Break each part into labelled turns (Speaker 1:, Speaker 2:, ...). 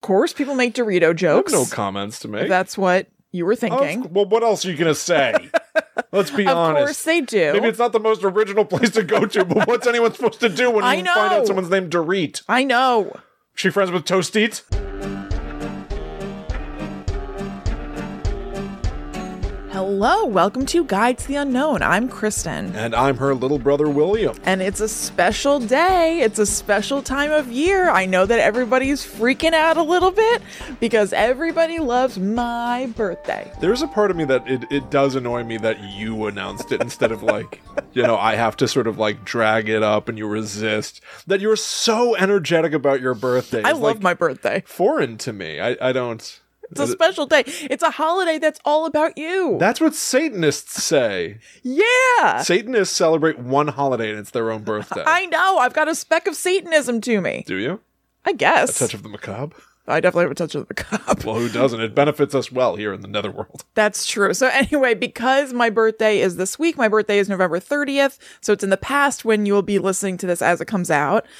Speaker 1: course, people make Dorito jokes.
Speaker 2: No comments to make.
Speaker 1: That's what you were
Speaker 2: Oh,
Speaker 1: thinking.
Speaker 2: well, what else are you gonna say? Let's be
Speaker 1: of
Speaker 2: honest.
Speaker 1: course, they do.
Speaker 2: Maybe it's not the most original place to go to, but what's anyone supposed to do when
Speaker 1: I
Speaker 2: you find
Speaker 1: know.
Speaker 2: out someone's named Dorit?
Speaker 1: I know.
Speaker 2: She friends with Toast Eat?
Speaker 1: Hello, welcome to Guide to the Unknown. I'm Kristen.
Speaker 2: And I'm her little brother William.
Speaker 1: And it's a special day. It's a special time of year. I know that everybody's freaking out a little bit because everybody loves my birthday.
Speaker 2: There's a part of me that it, it does annoy me that you announced it instead of like, you know, I have to sort of like drag it up and you resist. That you're so energetic about your birthday.
Speaker 1: I
Speaker 2: is,
Speaker 1: love
Speaker 2: like,
Speaker 1: my birthday.
Speaker 2: foreign to me. I, I don't
Speaker 1: It's a special day. It's a holiday that's all about you.
Speaker 2: that's what Satanists say.
Speaker 1: yeah.
Speaker 2: Satanists celebrate one holiday and it's their own birthday.
Speaker 1: I know. I've got a speck of Satanism to me.
Speaker 2: Do you?
Speaker 1: I guess.
Speaker 2: Touch of the macabre?
Speaker 1: I definitely have a touch of the cup.
Speaker 2: Well, who doesn't? It benefits us well here in the netherworld.
Speaker 1: That's true. So anyway, because my birthday is this week, my birthday is November 30th, so it's in the past when you will be listening to this as it comes out.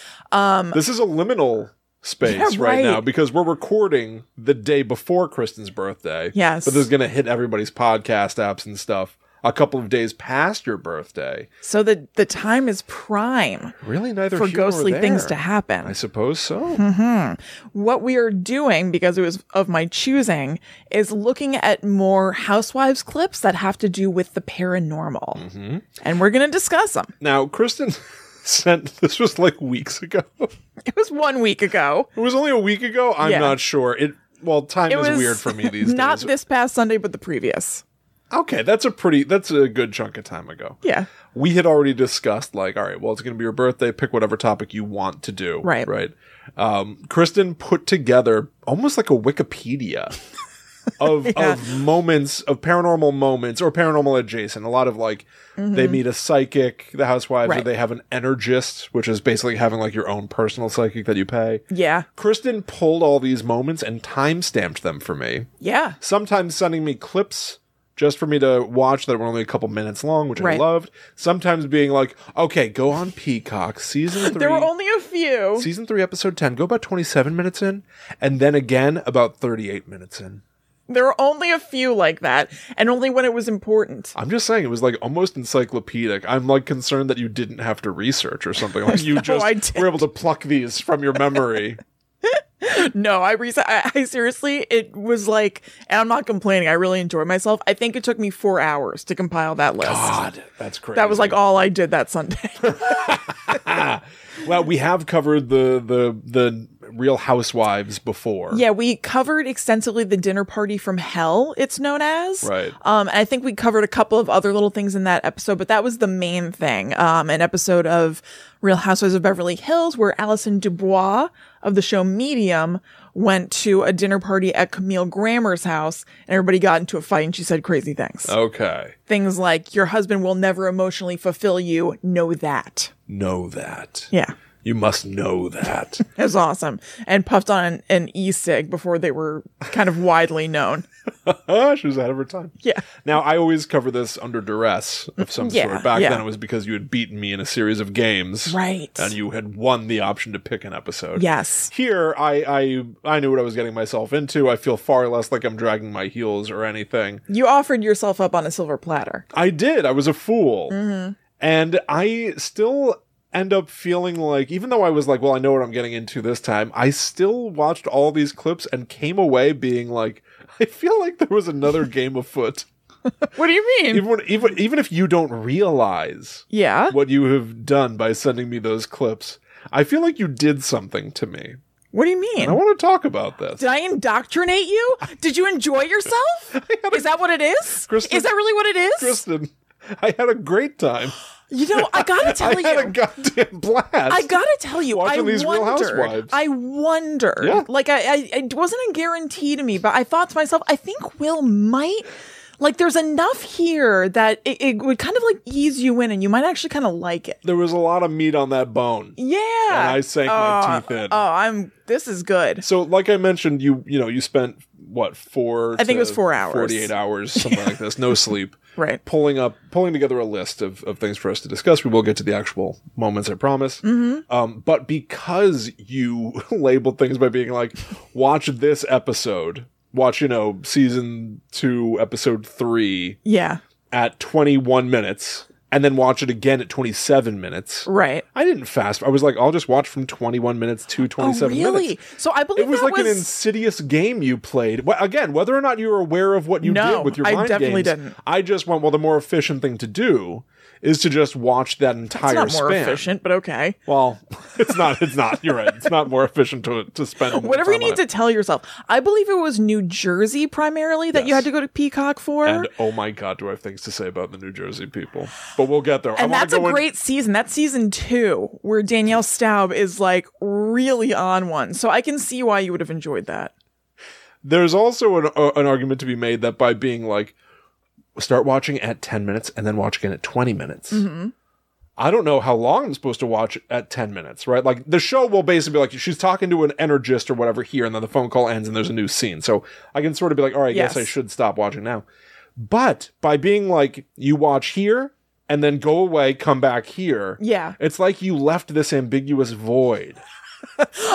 Speaker 2: This is a liminal space
Speaker 1: Yeah,
Speaker 2: right.
Speaker 1: right.
Speaker 2: now because we're recording the day before Kristen's birthday.
Speaker 1: Yes.
Speaker 2: But this is going to hit everybody's podcast apps and stuff a couple of days past your birthday.
Speaker 1: So the the time is prime
Speaker 2: Really, neither
Speaker 1: for
Speaker 2: here nor
Speaker 1: ghostly things
Speaker 2: there.
Speaker 1: to
Speaker 2: I
Speaker 1: happen. Hmm.
Speaker 2: suppose so.
Speaker 1: What we are doing because it was of my choosing is looking at more housewives clips that have to do with the paranormal.
Speaker 2: Mm-hmm.
Speaker 1: And we're going to discuss them.
Speaker 2: now, Kristen sent this was like weeks ago. It
Speaker 1: It was 1 week ago.
Speaker 2: was only a week ago. I'm
Speaker 1: Yeah.
Speaker 2: not sure. It well, time
Speaker 1: It
Speaker 2: is
Speaker 1: was
Speaker 2: weird for me these
Speaker 1: Not
Speaker 2: days.
Speaker 1: this past Sunday but the previous.
Speaker 2: okay, that's a pretty that's a good chunk of time ago.
Speaker 1: Yeah.
Speaker 2: we had already discussed like all right well it's going to be your birthday pick whatever topic you want to do
Speaker 1: Right.
Speaker 2: right um kristen put together almost like a wikipedia of of moments of paranormal moments or paranormal adjacent a lot of like they meet a psychic the housewives or
Speaker 1: Mm-hmm. Right.
Speaker 2: they have an energist which is basically having like your own personal psychic that you pay
Speaker 1: Yeah.
Speaker 2: kristen pulled all these moments and time stamped them for me
Speaker 1: Yeah.
Speaker 2: sometimes sending me clips just for me to watch that were only a couple minutes long, which I
Speaker 1: Right.
Speaker 2: loved. Sometimes being like, okay, go on Peacock, season three,
Speaker 1: There were only a few.
Speaker 2: season three, episode 10, go about 27 minutes in, and then again about 38 minutes in.
Speaker 1: There were only a few like that, and only when it was important.
Speaker 2: I'm just saying, it was like almost encyclopedic. I'm like concerned that you didn't have to research or something. Like you
Speaker 1: I
Speaker 2: just
Speaker 1: didn't.
Speaker 2: were able to pluck these from your memory.
Speaker 1: No, I, re- I I seriously, it was like, and I'm not complaining. I really enjoyed myself. I think it took me four hours to compile that list.
Speaker 2: God, that's crazy.
Speaker 1: That was like all I did that Sunday.
Speaker 2: well, we have covered the the the Real Housewives before.
Speaker 1: yeah, we covered extensively the dinner party from hell. It's known as.
Speaker 2: Right.
Speaker 1: Um, and I think we covered a couple of other little things in that episode, but that was the main thing. Um, an episode of Real Housewives of Beverly Hills where Alison Dubois of the show Medium went to a dinner party at Camille Grammer's house and everybody got into a fight and she said crazy things.
Speaker 2: Oh. Okay.
Speaker 1: Things like, your husband will never emotionally fulfill you. Know that.
Speaker 2: know that.
Speaker 1: Yeah.
Speaker 2: You must know that.
Speaker 1: It was awesome. And puffed on an e cig before they were kind of widely known.
Speaker 2: Ah, she was ahead of her time.
Speaker 1: Yeah.
Speaker 2: Now I always cover this under duress of some
Speaker 1: Yeah,
Speaker 2: sort. Back
Speaker 1: yeah.
Speaker 2: then it was because you had beaten me in a series of games.
Speaker 1: Right.
Speaker 2: And you had won the option to pick an episode.
Speaker 1: Yes.
Speaker 2: Here I I I knew what I was getting myself into. I feel far less like I'm dragging my heels or anything.
Speaker 1: You offered yourself up on a silver platter.
Speaker 2: I did. I was a fool. And I still end up feeling like, even though I was like, well, I know what I'm getting into this time, I still watched all these clips and came away being like, I feel like there was another game afoot.
Speaker 1: What do you mean?
Speaker 2: Even, when, even, even if you don't realize
Speaker 1: Yeah.
Speaker 2: what you have done by sending me those clips, I feel like you did something to me.
Speaker 1: What do you mean?
Speaker 2: I want to talk about this.
Speaker 1: Did I indoctrinate you? Did you enjoy yourself? Is that what it is?
Speaker 2: Kristen-
Speaker 1: is that really what it is?
Speaker 2: Kristen, I had a great time.
Speaker 1: you know, I gotta tell
Speaker 2: I
Speaker 1: you.
Speaker 2: had a goddamn blast.
Speaker 1: I gotta tell you, I
Speaker 2: Watching these Real
Speaker 1: wondered.
Speaker 2: Housewives.
Speaker 1: I wondered.
Speaker 2: Yeah.
Speaker 1: Like, I, I, it wasn't a guarantee to me, but I thought to myself, I think Will might. Like, there's enough here that it, it would kind of like ease you in, and you might actually kind of like it.
Speaker 2: there was a lot of meat on that bone.
Speaker 1: Yeah.
Speaker 2: And I sank my teeth in.
Speaker 1: Oh, I'm. This is good.
Speaker 2: So, like I mentioned, you you know you spent what four?
Speaker 1: I think it was
Speaker 2: to
Speaker 1: four hours.
Speaker 2: forty-eight hours, something like this. No sleep.
Speaker 1: Right.
Speaker 2: pulling up pulling together a list of, of things for us to discuss. We will get to the actual moments, I promise.
Speaker 1: Mm-hmm.
Speaker 2: Um, but because you labeled things by being like, watch this episode, watch you know season two, episode three
Speaker 1: Yeah.
Speaker 2: at twenty one minutes, and then watch it again at twenty seven minutes.
Speaker 1: Right.
Speaker 2: I didn't fast. I was like, I'll just watch from twenty one minutes to twenty
Speaker 1: Oh,
Speaker 2: seven
Speaker 1: really?
Speaker 2: minutes.
Speaker 1: So I believe
Speaker 2: It was
Speaker 1: that
Speaker 2: like
Speaker 1: was
Speaker 2: an insidious game you played. Well, again, whether or not you were aware of what you
Speaker 1: No,
Speaker 2: did with your
Speaker 1: I
Speaker 2: mind
Speaker 1: definitely
Speaker 2: games,
Speaker 1: didn't.
Speaker 2: I just went. Well, the more efficient thing to do is to just watch that
Speaker 1: it's
Speaker 2: entire
Speaker 1: not more
Speaker 2: span.
Speaker 1: efficient, but okay.
Speaker 2: Well, it's not. It's not. You're right. It's not more efficient to to spend more
Speaker 1: Whatever you
Speaker 2: time on
Speaker 1: need to
Speaker 2: it.
Speaker 1: tell yourself. I believe it was New Jersey primarily that you
Speaker 2: Yes.
Speaker 1: had to go to Peacock for.
Speaker 2: And oh my god, do I have things to say about the New Jersey people? But we'll get there. I
Speaker 1: And
Speaker 2: wanna
Speaker 1: that's a
Speaker 2: go in-
Speaker 1: great season. That's season two, where Danielle Staub is like really on one. So I can see why you would have enjoyed that.
Speaker 2: There's also an, uh, an argument to be made that by being like, start watching at 10 minutes and then watch again at 20 minutes. I don't know how long I'm supposed to watch at 10 minutes, right? Like the show will basically be like, she's talking to an energist or whatever here, and then the phone call ends and there's a new scene. So I can sort of be like, all right, I guess
Speaker 1: Yes.
Speaker 2: I should stop watching now. But by being like, you watch here and then go away, come back here.
Speaker 1: Yeah.
Speaker 2: It's like you left this ambiguous void.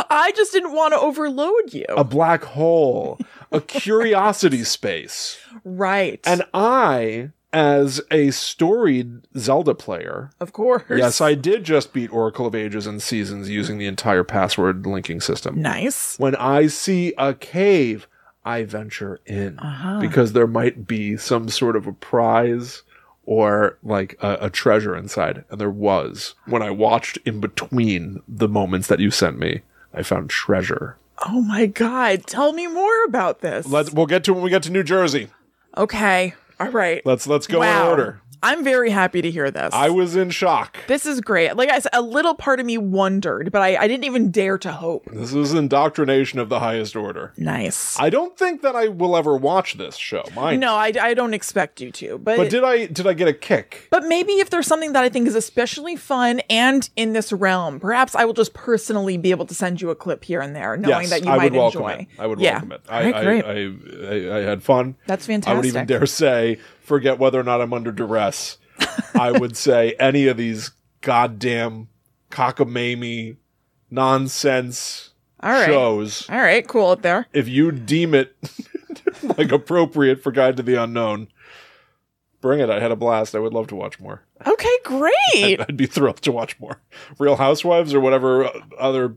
Speaker 1: I just didn't want to overload you.
Speaker 2: a black hole, a curiosity space.
Speaker 1: right.
Speaker 2: And I, as a storied Zelda player,
Speaker 1: of course.
Speaker 2: yes, I did just beat Oracle of Ages and Seasons using the entire password linking system.
Speaker 1: Nice.
Speaker 2: When I see a cave, I venture in
Speaker 1: Uh-huh.
Speaker 2: because there might be some sort of a prize or like a, a treasure inside. And there was. When I watched in between the moments that you sent me, I found treasure.
Speaker 1: Oh my God. Tell me more about this.
Speaker 2: Let's we'll get to when we get to New Jersey.
Speaker 1: okay. All right.
Speaker 2: Let's let's go
Speaker 1: wow.
Speaker 2: in order.
Speaker 1: I'm very happy to hear this.
Speaker 2: I was in shock.
Speaker 1: this is great. Like I said, a little part of me wondered, but I, I didn't even dare to hope.
Speaker 2: This is indoctrination of the highest order.
Speaker 1: Nice.
Speaker 2: I don't think that I will ever watch this show. Mine.
Speaker 1: no, I, I don't expect you to, but
Speaker 2: But did I did I get a kick?
Speaker 1: But maybe if there's something that I think is especially fun and in this realm, perhaps I will just personally be able to send you a clip here and there, knowing
Speaker 2: yes,
Speaker 1: that you
Speaker 2: I
Speaker 1: might
Speaker 2: would welcome
Speaker 1: enjoy.
Speaker 2: it. I would
Speaker 1: yeah.
Speaker 2: welcome it.
Speaker 1: All right,
Speaker 2: I,
Speaker 1: great.
Speaker 2: I, I, I I had fun.
Speaker 1: That's
Speaker 2: I would
Speaker 1: fantastic.
Speaker 2: even dare say, forget whether or not I'm under duress. I would say any of these goddamn cockamamie nonsense
Speaker 1: All right.
Speaker 2: shows.
Speaker 1: All right, cool up there.
Speaker 2: if you deem it like appropriate for Guide to the Unknown, bring it. I had a blast. I would love to watch more.
Speaker 1: Okay, great.
Speaker 2: I'd be thrilled to watch more. Real Housewives or whatever other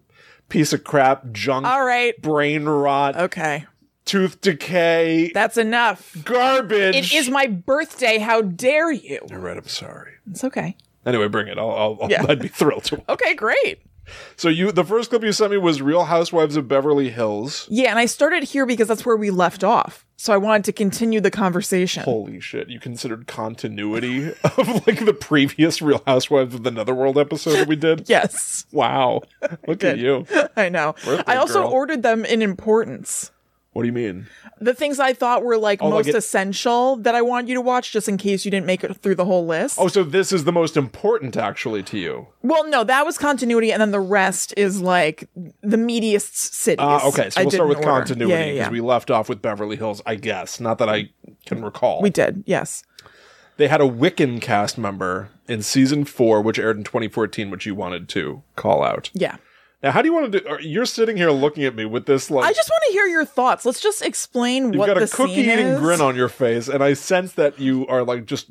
Speaker 2: piece of crap, junk,
Speaker 1: All right.
Speaker 2: brain rot,
Speaker 1: Okay.
Speaker 2: tooth decay,
Speaker 1: That's enough.
Speaker 2: garbage.
Speaker 1: It is my birthday. How dare you?
Speaker 2: You're right. I'm sorry.
Speaker 1: It's okay.
Speaker 2: Anyway, bring it. I'll, I'll, I'll-
Speaker 1: Yeah.
Speaker 2: I'd be thrilled to.
Speaker 1: Okay, great.
Speaker 2: So you, the first clip you sent me was Real Housewives of Beverly Hills.
Speaker 1: Yeah, and I started here because that's where we left off. So I wanted to continue the conversation.
Speaker 2: Holy shit! You considered continuity of like the previous Real Housewives of the Netherworld episode that we did.
Speaker 1: Yes,
Speaker 2: Wow. Look at
Speaker 1: did.
Speaker 2: you.
Speaker 1: I know. I also
Speaker 2: girl.
Speaker 1: ordered them in importance.
Speaker 2: What do you mean?
Speaker 1: the things I thought were like
Speaker 2: Oh, like
Speaker 1: most
Speaker 2: it-
Speaker 1: essential that I wanted you to watch just in case you didn't make it through the whole list.
Speaker 2: Oh, so this is the most important actually to you.
Speaker 1: Well, no, that was continuity, and then the rest is like the meatiest cities.
Speaker 2: Ah, okay. So
Speaker 1: I
Speaker 2: we'll start
Speaker 1: didn't
Speaker 2: with
Speaker 1: order.
Speaker 2: continuity
Speaker 1: Yeah,
Speaker 2: because
Speaker 1: yeah, yeah.
Speaker 2: we left off with Beverly Hills, I guess. Not that I can recall.
Speaker 1: we did, yes.
Speaker 2: they had a Wiccan cast member in season four, which aired in 2014, which you wanted to call out.
Speaker 1: Yeah.
Speaker 2: Now, how do you want to do? are- You're sitting here looking at me with this like
Speaker 1: I just want to hear your thoughts. Let's just explain
Speaker 2: you've
Speaker 1: what
Speaker 2: got
Speaker 1: the
Speaker 2: a cookie
Speaker 1: scene
Speaker 2: eating
Speaker 1: is.
Speaker 2: grin on your face, and I sense that you are like just.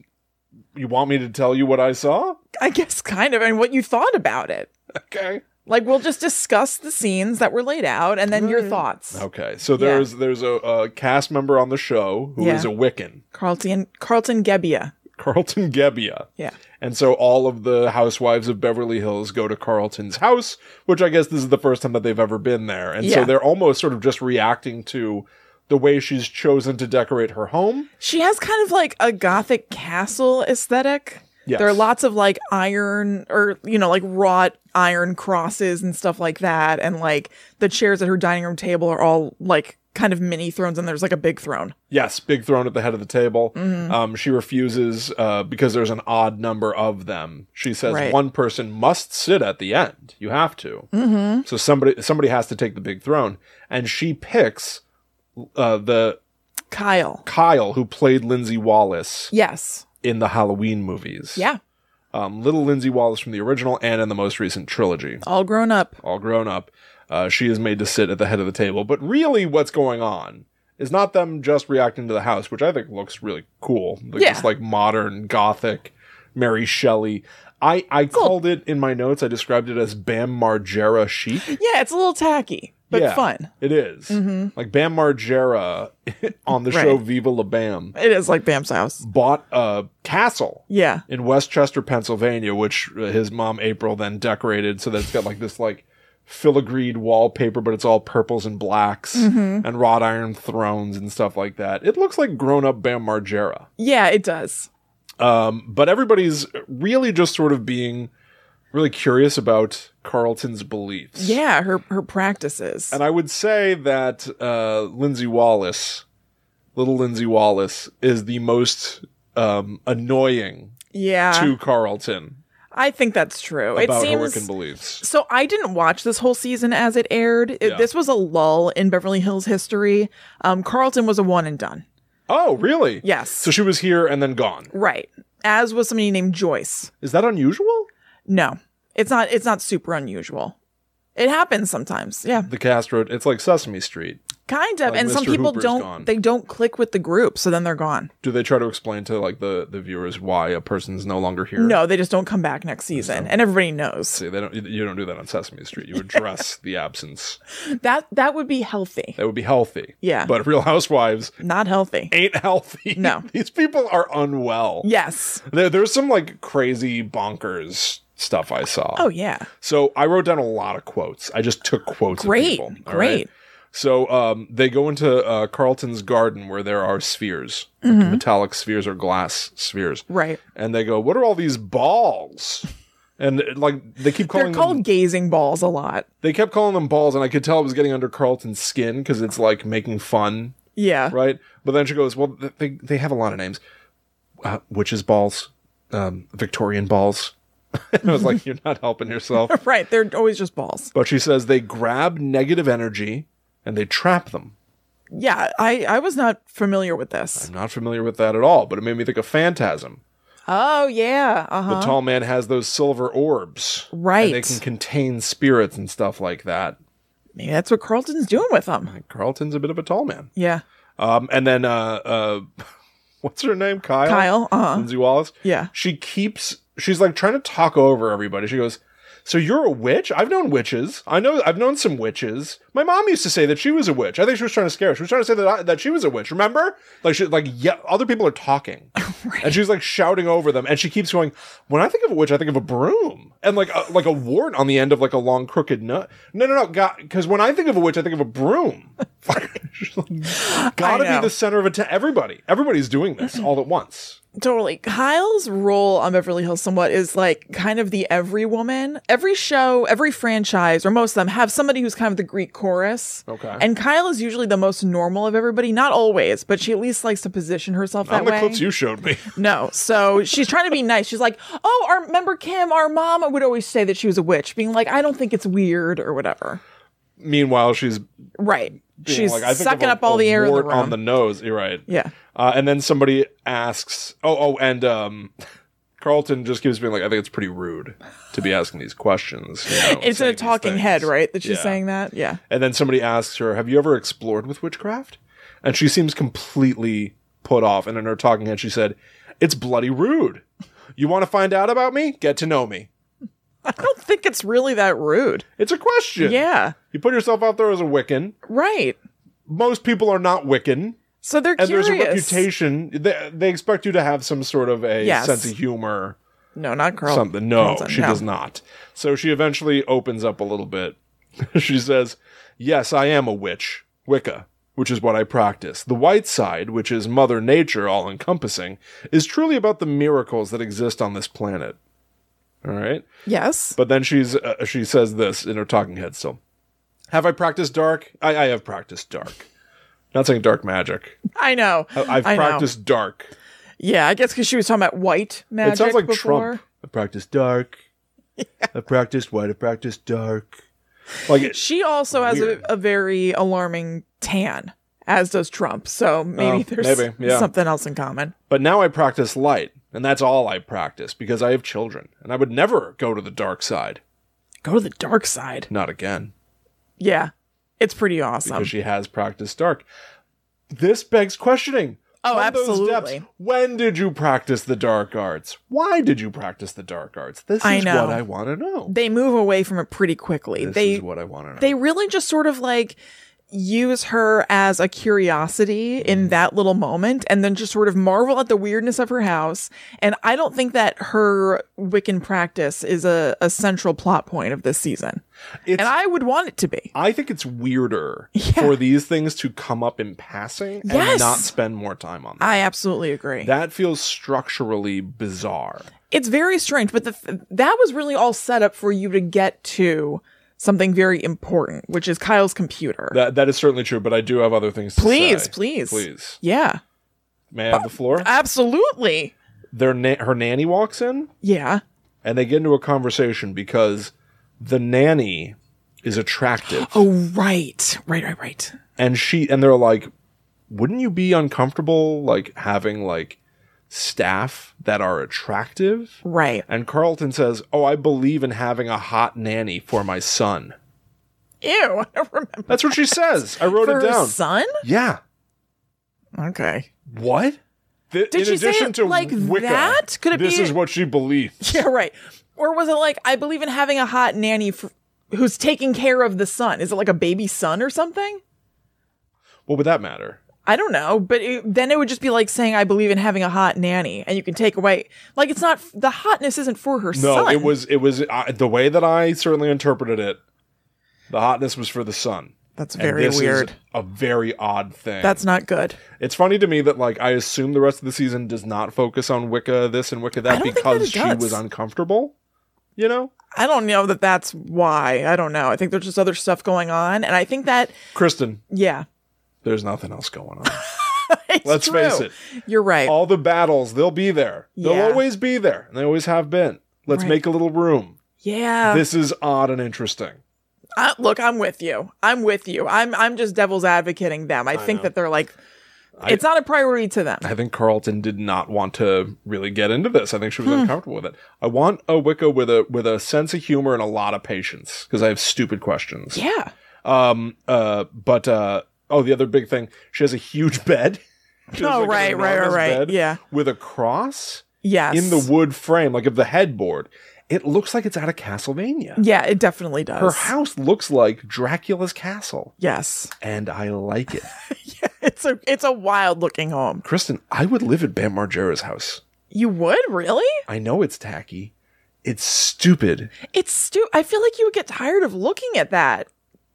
Speaker 2: You want me to tell you what I saw?
Speaker 1: I guess kind of, and what you thought about it.
Speaker 2: Okay.
Speaker 1: Like we'll just discuss the scenes that were laid out, and then your thoughts.
Speaker 2: Okay, so there's there's a, a cast member on the show who is
Speaker 1: Yeah.
Speaker 2: a Wiccan,
Speaker 1: Carlton Carlton Gebbia.
Speaker 2: Carlton Gebbia,
Speaker 1: Yeah.
Speaker 2: and so all of the housewives of Beverly Hills go to Carlton's house, which I guess this is the first time that they've ever been there, and so
Speaker 1: Yeah.
Speaker 2: they're almost sort of just reacting to the way she's chosen to decorate her home.
Speaker 1: She has kind of like a gothic castle aesthetic.
Speaker 2: Yes.
Speaker 1: There are lots of like iron or, you know, like wrought iron crosses and stuff like that. And like the chairs at her dining room table are all like kind of mini thrones and there's like a big throne.
Speaker 2: Yes, big throne at the head of the table.
Speaker 1: Mm-hmm.
Speaker 2: Um, she refuses uh, because there's an odd number of them. She says
Speaker 1: Right.
Speaker 2: one person must sit at the end. You have to. Mm-hmm. So somebody somebody has to take the big throne, and she picks uh, the
Speaker 1: Kyle.
Speaker 2: Kyle, who played Lindsay Wallace
Speaker 1: Yes.
Speaker 2: in the Halloween movies.
Speaker 1: Yeah.
Speaker 2: Um, little Lindsay Wallace from the original and in the most recent trilogy,
Speaker 1: All grown up.
Speaker 2: all grown up. Uh, she is made to sit at the head of the table. But really, what's going on is not them just reacting to the house, which I think looks really cool. Like,
Speaker 1: Yeah.
Speaker 2: It's like modern, gothic, Mary Shelley. I, I called it in my notes, I described it as Bam Margera chic.
Speaker 1: Yeah, it's a little tacky, but
Speaker 2: Yeah.
Speaker 1: fun.
Speaker 2: It is. Like Bam Margera on the
Speaker 1: Mm-hmm. Right.
Speaker 2: show Viva La Bam
Speaker 1: It is like Bam's house.
Speaker 2: bought a castle
Speaker 1: Yeah.
Speaker 2: in Westchester, Pennsylvania, which uh, his mom April then decorated so that it's got like this like filigreed wallpaper, but it's all purples and blacks
Speaker 1: Mm-hmm.
Speaker 2: and wrought iron thrones and stuff like that. It looks like grown up Bam Margera.
Speaker 1: Yeah, it does.
Speaker 2: Um, but everybody's really just sort of being really curious about Carlton's beliefs.
Speaker 1: Yeah, her her practices.
Speaker 2: And I would say that uh, Lindsay Wallace, little Lindsay Wallace, is the most um, annoying
Speaker 1: yeah.
Speaker 2: to Carlton
Speaker 1: I think that's true. Uh, It
Speaker 2: about her
Speaker 1: seems
Speaker 2: Wiccan beliefs.
Speaker 1: So I didn't watch this whole season as it aired. It-
Speaker 2: Yeah.
Speaker 1: This was a lull in Beverly Hills history. Um, Carlton was a one and done.
Speaker 2: Oh, really?
Speaker 1: Yes.
Speaker 2: So she was here and then gone.
Speaker 1: right. As was somebody named Joyce.
Speaker 2: Is that unusual?
Speaker 1: No. It's not it's not super unusual. It happens sometimes. Yeah.
Speaker 2: The cast wrote, it's like Sesame Street.
Speaker 1: Kind of.
Speaker 2: Like
Speaker 1: and some
Speaker 2: Mr.
Speaker 1: people
Speaker 2: Hooper's
Speaker 1: don't
Speaker 2: gone.
Speaker 1: they don't click with the group, so then they're gone.
Speaker 2: Do they try to explain to like the, the viewers why a person's no longer here?
Speaker 1: No, they just don't come back next season. And everybody knows.
Speaker 2: See, they don't. You don't do that on Sesame Street. You address the absence.
Speaker 1: That that would be healthy.
Speaker 2: That would be healthy.
Speaker 1: Yeah.
Speaker 2: But Real Housewives
Speaker 1: Not healthy.
Speaker 2: ain't healthy.
Speaker 1: No.
Speaker 2: These people are unwell.
Speaker 1: Yes.
Speaker 2: There, there's some like crazy bonkers stuff I saw.
Speaker 1: Oh yeah.
Speaker 2: So I wrote down a lot of quotes. I just took quotes. of
Speaker 1: Great.
Speaker 2: people, all right?
Speaker 1: Great.
Speaker 2: So um, they go into uh, Carlton's garden where there are spheres, like metallic spheres or glass spheres,
Speaker 1: Mm-hmm. Right.
Speaker 2: and they go, "What are all these balls?" And uh, like they
Speaker 1: They're
Speaker 2: keep calling them,
Speaker 1: called gazing balls a lot.
Speaker 2: they kept calling them balls, and I could tell it was getting under Carlton's skin because it's like making fun,
Speaker 1: Yeah.
Speaker 2: right? But then she goes, "Well, th- they they have a lot of names, uh, witches balls, um, Victorian balls." I was like, "You're not helping yourself."
Speaker 1: Right. They're always just balls.
Speaker 2: But she says they grab negative energy and they trap them.
Speaker 1: Yeah, I, I was not familiar with this.
Speaker 2: I'm not familiar with that at all, but it made me think of Phantasm.
Speaker 1: Oh yeah. Uh
Speaker 2: The
Speaker 1: huh.
Speaker 2: tall man has those silver orbs.
Speaker 1: Right.
Speaker 2: And they can contain spirits and stuff like that.
Speaker 1: Maybe that's what Carlton's doing with them.
Speaker 2: And Carlton's a bit of a tall man.
Speaker 1: Yeah.
Speaker 2: Um, and then, uh, uh, what's her name? Kyle?
Speaker 1: Kyle, uh-huh.
Speaker 2: Lindsay Wallace?
Speaker 1: Yeah.
Speaker 2: She keeps, she's like trying to talk over everybody. She goes, so you're a witch? I've known witches. I know I've known some witches. My mom used to say that she was a witch. I think she was trying to scare. Her. She was trying to say that I, that she was a witch. Remember? Like she like yeah, other people are talking. And she's like shouting over them, and she keeps going. When I think of a witch, I think of a broom and like a, like a wart on the end of like a long crooked nut. No, no, no, because when I think of a witch, I think of a broom. She's like, Gotta
Speaker 1: know.
Speaker 2: be the center of atten- everybody. Everybody's doing this all at once.
Speaker 1: Totally. Kyle's role on Beverly Hills somewhat is like kind of the every woman. Every show, every franchise, or most of them have somebody who's kind of the Greek chorus.
Speaker 2: Okay.
Speaker 1: And Kyle is usually the most normal of everybody. Not always, but she at least likes to position herself that
Speaker 2: On the
Speaker 1: way.
Speaker 2: clips you showed me,
Speaker 1: No. So she's trying to be nice. She's like, Oh, our member Kim, our mom would always say that she was a witch, being like, I don't think it's weird or whatever.
Speaker 2: meanwhile she's
Speaker 1: Right.
Speaker 2: being
Speaker 1: She's
Speaker 2: like, I think of
Speaker 1: sucking
Speaker 2: a-
Speaker 1: up all
Speaker 2: a
Speaker 1: the air in the
Speaker 2: wart
Speaker 1: room.
Speaker 2: on the nose. You're right.
Speaker 1: yeah.
Speaker 2: Uh, and then somebody asks, "Oh, oh," and um, Carlton just keeps being like, "I think it's pretty rude to be asking these questions." you know,
Speaker 1: It's in
Speaker 2: Oh, saying
Speaker 1: a
Speaker 2: these
Speaker 1: talking
Speaker 2: things."
Speaker 1: head, right? That she's
Speaker 2: Yeah.
Speaker 1: saying that? Yeah.
Speaker 2: And then somebody asks her, "Have you ever explored with witchcraft?" And she seems completely put off. And in her talking head, she said, "It's bloody rude. You want to find out about me? Get to know me.
Speaker 1: I don't think it's really that rude.
Speaker 2: It's a question.
Speaker 1: Yeah.
Speaker 2: You put yourself out there as a Wiccan.
Speaker 1: Right.
Speaker 2: Most people are not Wiccan."
Speaker 1: So they're
Speaker 2: And
Speaker 1: curious.
Speaker 2: there's a reputation. They, they expect you to have some sort of a
Speaker 1: Yes. Oh,
Speaker 2: sense of humor.
Speaker 1: No, not Carl.
Speaker 2: something. No,
Speaker 1: Carlton,
Speaker 2: she does not. So she eventually opens up a little bit. she says, Yes, I am a witch, Wicca, which is what I practice. The white side, which is Mother Nature all encompassing, is truly about the miracles that exist on this planet. All right.
Speaker 1: Yes.
Speaker 2: But then she's uh, she says this in her talking head still. Have I practiced dark? I, I have practiced dark. Not saying dark magic.
Speaker 1: I know.
Speaker 2: I've
Speaker 1: I know.
Speaker 2: practiced dark.
Speaker 1: Yeah, I guess because she was talking about white magic.
Speaker 2: It sounds like
Speaker 1: before.
Speaker 2: Trump. I practiced dark. I practiced white. I practiced dark. Like it-
Speaker 1: She also has a,
Speaker 2: Weird.
Speaker 1: a very alarming tan as does Trump. So maybe
Speaker 2: Oh,
Speaker 1: there's
Speaker 2: maybe, yeah.
Speaker 1: something else in common.
Speaker 2: But now I practice light, and that's all I practice because I have children, and I would never go to the dark side.
Speaker 1: Go to the dark side.
Speaker 2: Not again,
Speaker 1: Yeah. It's pretty awesome.
Speaker 2: because she has practiced dark. This begs questioning.
Speaker 1: Oh,
Speaker 2: From those
Speaker 1: absolutely.
Speaker 2: when did you practice the dark arts? Why did you practice the dark arts? This is
Speaker 1: I know.
Speaker 2: what I want to know.
Speaker 1: They move away from it pretty quickly.
Speaker 2: This
Speaker 1: they
Speaker 2: is what I want to know.
Speaker 1: they really just sort of like use her as a curiosity
Speaker 2: Mm.
Speaker 1: in that little moment and then just sort of marvel at the weirdness of her house and i don't think that her wiccan practice is a, a central plot point of this season
Speaker 2: It's-
Speaker 1: and i would want it to be
Speaker 2: I think it's weirder
Speaker 1: Yeah.
Speaker 2: for these things to come up in passing
Speaker 1: Yes.
Speaker 2: and not spend more time on them.
Speaker 1: i absolutely agree
Speaker 2: that feels structurally bizarre.
Speaker 1: it's very strange but the, th- that was really all set up for you to get to something very important which is kyle's computer
Speaker 2: That that is certainly true, but I do have other things to
Speaker 1: Please,
Speaker 2: say.
Speaker 1: please. Uh,
Speaker 2: Please.
Speaker 1: yeah
Speaker 2: May I have the floor?
Speaker 1: absolutely
Speaker 2: Their na- her nanny walks in
Speaker 1: yeah
Speaker 2: and they get into a conversation because the nanny is attractive
Speaker 1: oh right right right right
Speaker 2: and she and they're like wouldn't you be uncomfortable like having like staff that are attractive?
Speaker 1: right
Speaker 2: And Carlton says, "Oh, I believe in having a hot nanny for my son."
Speaker 1: Ew, I don't remember.
Speaker 2: That's what she says. I wrote
Speaker 1: For
Speaker 2: it
Speaker 1: her
Speaker 2: down.
Speaker 1: son?
Speaker 2: Yeah.
Speaker 1: Okay.
Speaker 2: What? Th-
Speaker 1: Did
Speaker 2: in
Speaker 1: she say
Speaker 2: addition
Speaker 1: it
Speaker 2: to
Speaker 1: like
Speaker 2: Wicca,
Speaker 1: that? Could it
Speaker 2: this
Speaker 1: be-
Speaker 2: is what she believes.
Speaker 1: Yeah, right. Or was it like, I believe in having a hot nanny f- who's taking care of the son? Is it like a baby son or something?
Speaker 2: What would that matter?
Speaker 1: I don't know. But it, then it would just be like saying, I believe in having a hot nanny and you can take away. Like, it's not, the hotness isn't for her
Speaker 2: No,
Speaker 1: son.
Speaker 2: it was it was uh, the way that I certainly interpreted it. The hotness was for the son.
Speaker 1: That's
Speaker 2: And
Speaker 1: very
Speaker 2: this is
Speaker 1: weird.
Speaker 2: a very odd thing.
Speaker 1: That's not good.
Speaker 2: it's funny to me that like I assume the rest of the season does not focus on Wicca this and Wicca that
Speaker 1: don't think that
Speaker 2: because
Speaker 1: it
Speaker 2: she
Speaker 1: does.
Speaker 2: was uncomfortable. You know,
Speaker 1: I don't know that that's why. I don't know. I think there's just other stuff going on. And I think that,
Speaker 2: Kristen,
Speaker 1: yeah.
Speaker 2: there's nothing else going on.
Speaker 1: It's
Speaker 2: Let's face
Speaker 1: true.
Speaker 2: it.
Speaker 1: You're right.
Speaker 2: All the battles, they'll be there.
Speaker 1: Yeah.
Speaker 2: They'll always be there. And they always have been. Let's
Speaker 1: Right.
Speaker 2: make a little room.
Speaker 1: yeah.
Speaker 2: this is odd and interesting.
Speaker 1: I, look, I'm with you. I'm with you. I'm I'm just devil's advocating them. I, think
Speaker 2: know.
Speaker 1: that they're like, it's not a priority to them.
Speaker 2: I think Carlton did not want to really get into this. I think she was
Speaker 1: Hmm.
Speaker 2: uncomfortable with it. I want a Wicca with a with a sense of humor and a lot of patience because I have stupid questions.
Speaker 1: yeah.
Speaker 2: Um. Uh. But uh. Oh, the other big thing. She has a huge bed. She has,
Speaker 1: Oh,
Speaker 2: an
Speaker 1: right, right, right,
Speaker 2: enormous
Speaker 1: right.
Speaker 2: bed
Speaker 1: Yeah.
Speaker 2: With a cross
Speaker 1: Yes.
Speaker 2: in the wood frame, like of the headboard. It looks like it's out of Castlevania.
Speaker 1: yeah, it definitely does.
Speaker 2: Her house looks like Dracula's castle,
Speaker 1: yes.
Speaker 2: and I like it.
Speaker 1: Yeah. It's a it's a wild looking home.
Speaker 2: Kristen, I would live at Bam Margera's house.
Speaker 1: You would really?
Speaker 2: I know it's tacky. It's stupid.
Speaker 1: It's stu. I feel like you would get tired of looking at that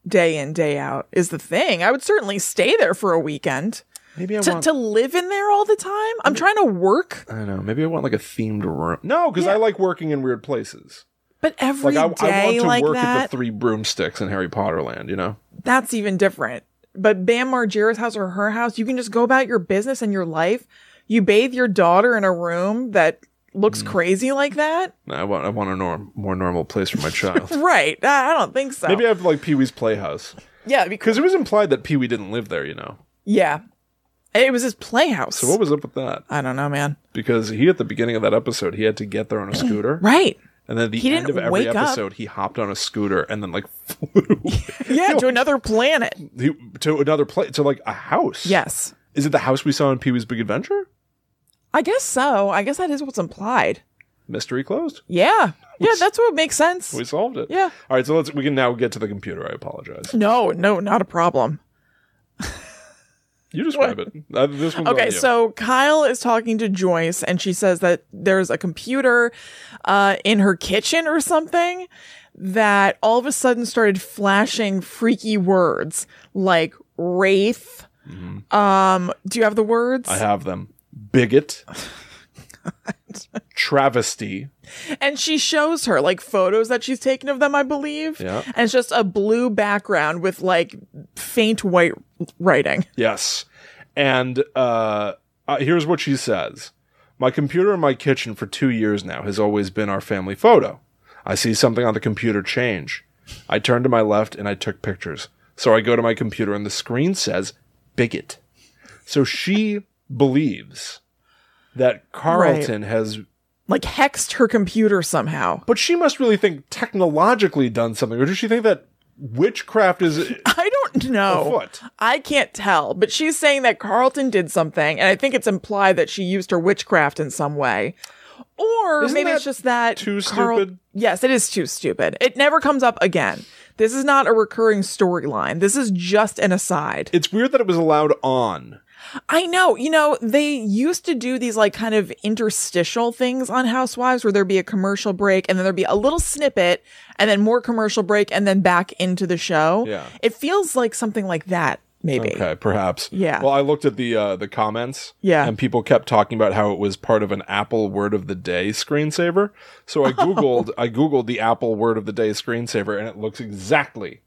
Speaker 1: day in day out. Is the thing. I would certainly stay there for a weekend.
Speaker 2: Maybe I
Speaker 1: To,
Speaker 2: want.
Speaker 1: to live in there all the time? I'm trying to work,
Speaker 2: I don't know. Maybe I want like a themed room. No, because
Speaker 1: Yeah.
Speaker 2: I like working in weird places.
Speaker 1: but every
Speaker 2: Like
Speaker 1: day
Speaker 2: I,
Speaker 1: like,
Speaker 2: I want to work
Speaker 1: that.
Speaker 2: at the Three Broomsticks in Harry Potter Land. You know.
Speaker 1: that's even different. But Bam Margera's house or her house, you can just go about your business and your life. You bathe your daughter in a room that looks
Speaker 2: Mm.
Speaker 1: crazy like that,
Speaker 2: No, I want. I want a norm, more normal place for my child.
Speaker 1: right? I I don't think so.
Speaker 2: Maybe I have like Pee Wee's Playhouse
Speaker 1: yeah, because
Speaker 2: because it was implied that Pee Wee didn't live there. You know.
Speaker 1: yeah, it was his playhouse.
Speaker 2: So what was up with that?
Speaker 1: I don't know, man.
Speaker 2: Because he at the beginning of that episode he had to get there on a scooter,
Speaker 1: Right?
Speaker 2: and then at the
Speaker 1: He
Speaker 2: end
Speaker 1: didn't
Speaker 2: of every
Speaker 1: wake up.
Speaker 2: episode he hopped on a scooter and then like flew
Speaker 1: Yeah, to another planet.
Speaker 2: he, to another place to like a house.
Speaker 1: Yes,
Speaker 2: Is it the house we saw in Pee Wee's Big Adventure?
Speaker 1: I guess so. I guess that is what's implied.
Speaker 2: Mystery closed.
Speaker 1: Yeah, yeah, that's what makes sense.
Speaker 2: We solved it.
Speaker 1: Yeah.
Speaker 2: All right, so let's we can now get to the computer. I apologize.
Speaker 1: No, no, not a problem.
Speaker 2: You describe it. Uh, this one's
Speaker 1: Okay,
Speaker 2: on you.
Speaker 1: so Kyle is talking to Joyce, and she says that there's a computer uh, in her kitchen or something that all of a sudden started flashing freaky words like wraith. Um, do you have the words?
Speaker 2: Mm-hmm. I have them. Bigot. travesty.
Speaker 1: and she shows her like photos that she's taken of them, I believe.
Speaker 2: Yeah.
Speaker 1: And it's just a blue background with like faint white writing.
Speaker 2: Yes. And uh, uh, here's what she says My computer in my kitchen for two years now has always been our family photo. I see something on the computer change. I turn to my left and I took pictures. So I go to my computer and the screen says bigot. So she believes that Carlton has
Speaker 1: Like hexed her computer somehow.
Speaker 2: but she must really think technologically done something, or does she think that witchcraft is
Speaker 1: I don't know.
Speaker 2: afoot?
Speaker 1: I can't tell, but she's saying that Carlton did something, and I think it's implied that she used her witchcraft in some way. Or
Speaker 2: Isn't
Speaker 1: maybe it's
Speaker 2: that
Speaker 1: just that
Speaker 2: too
Speaker 1: Carl-
Speaker 2: stupid?
Speaker 1: Yes, it is too stupid. It never comes up again. This is not a recurring storyline. This is just an aside.
Speaker 2: It's weird that it was allowed on.
Speaker 1: I know. You know, they used to do these like kind of interstitial things on Housewives where there'd be a commercial break and then there'd be a little snippet and then more commercial break and then back into the show.
Speaker 2: Yeah.
Speaker 1: It feels like something like that, maybe.
Speaker 2: Okay, perhaps.
Speaker 1: Yeah.
Speaker 2: Well, I looked at the uh, the comments.
Speaker 1: Yeah.
Speaker 2: And people kept talking about how it was part of an Apple Word of the Day screensaver. So I googled I googled the Apple Word of the Day screensaver, and it looks exactly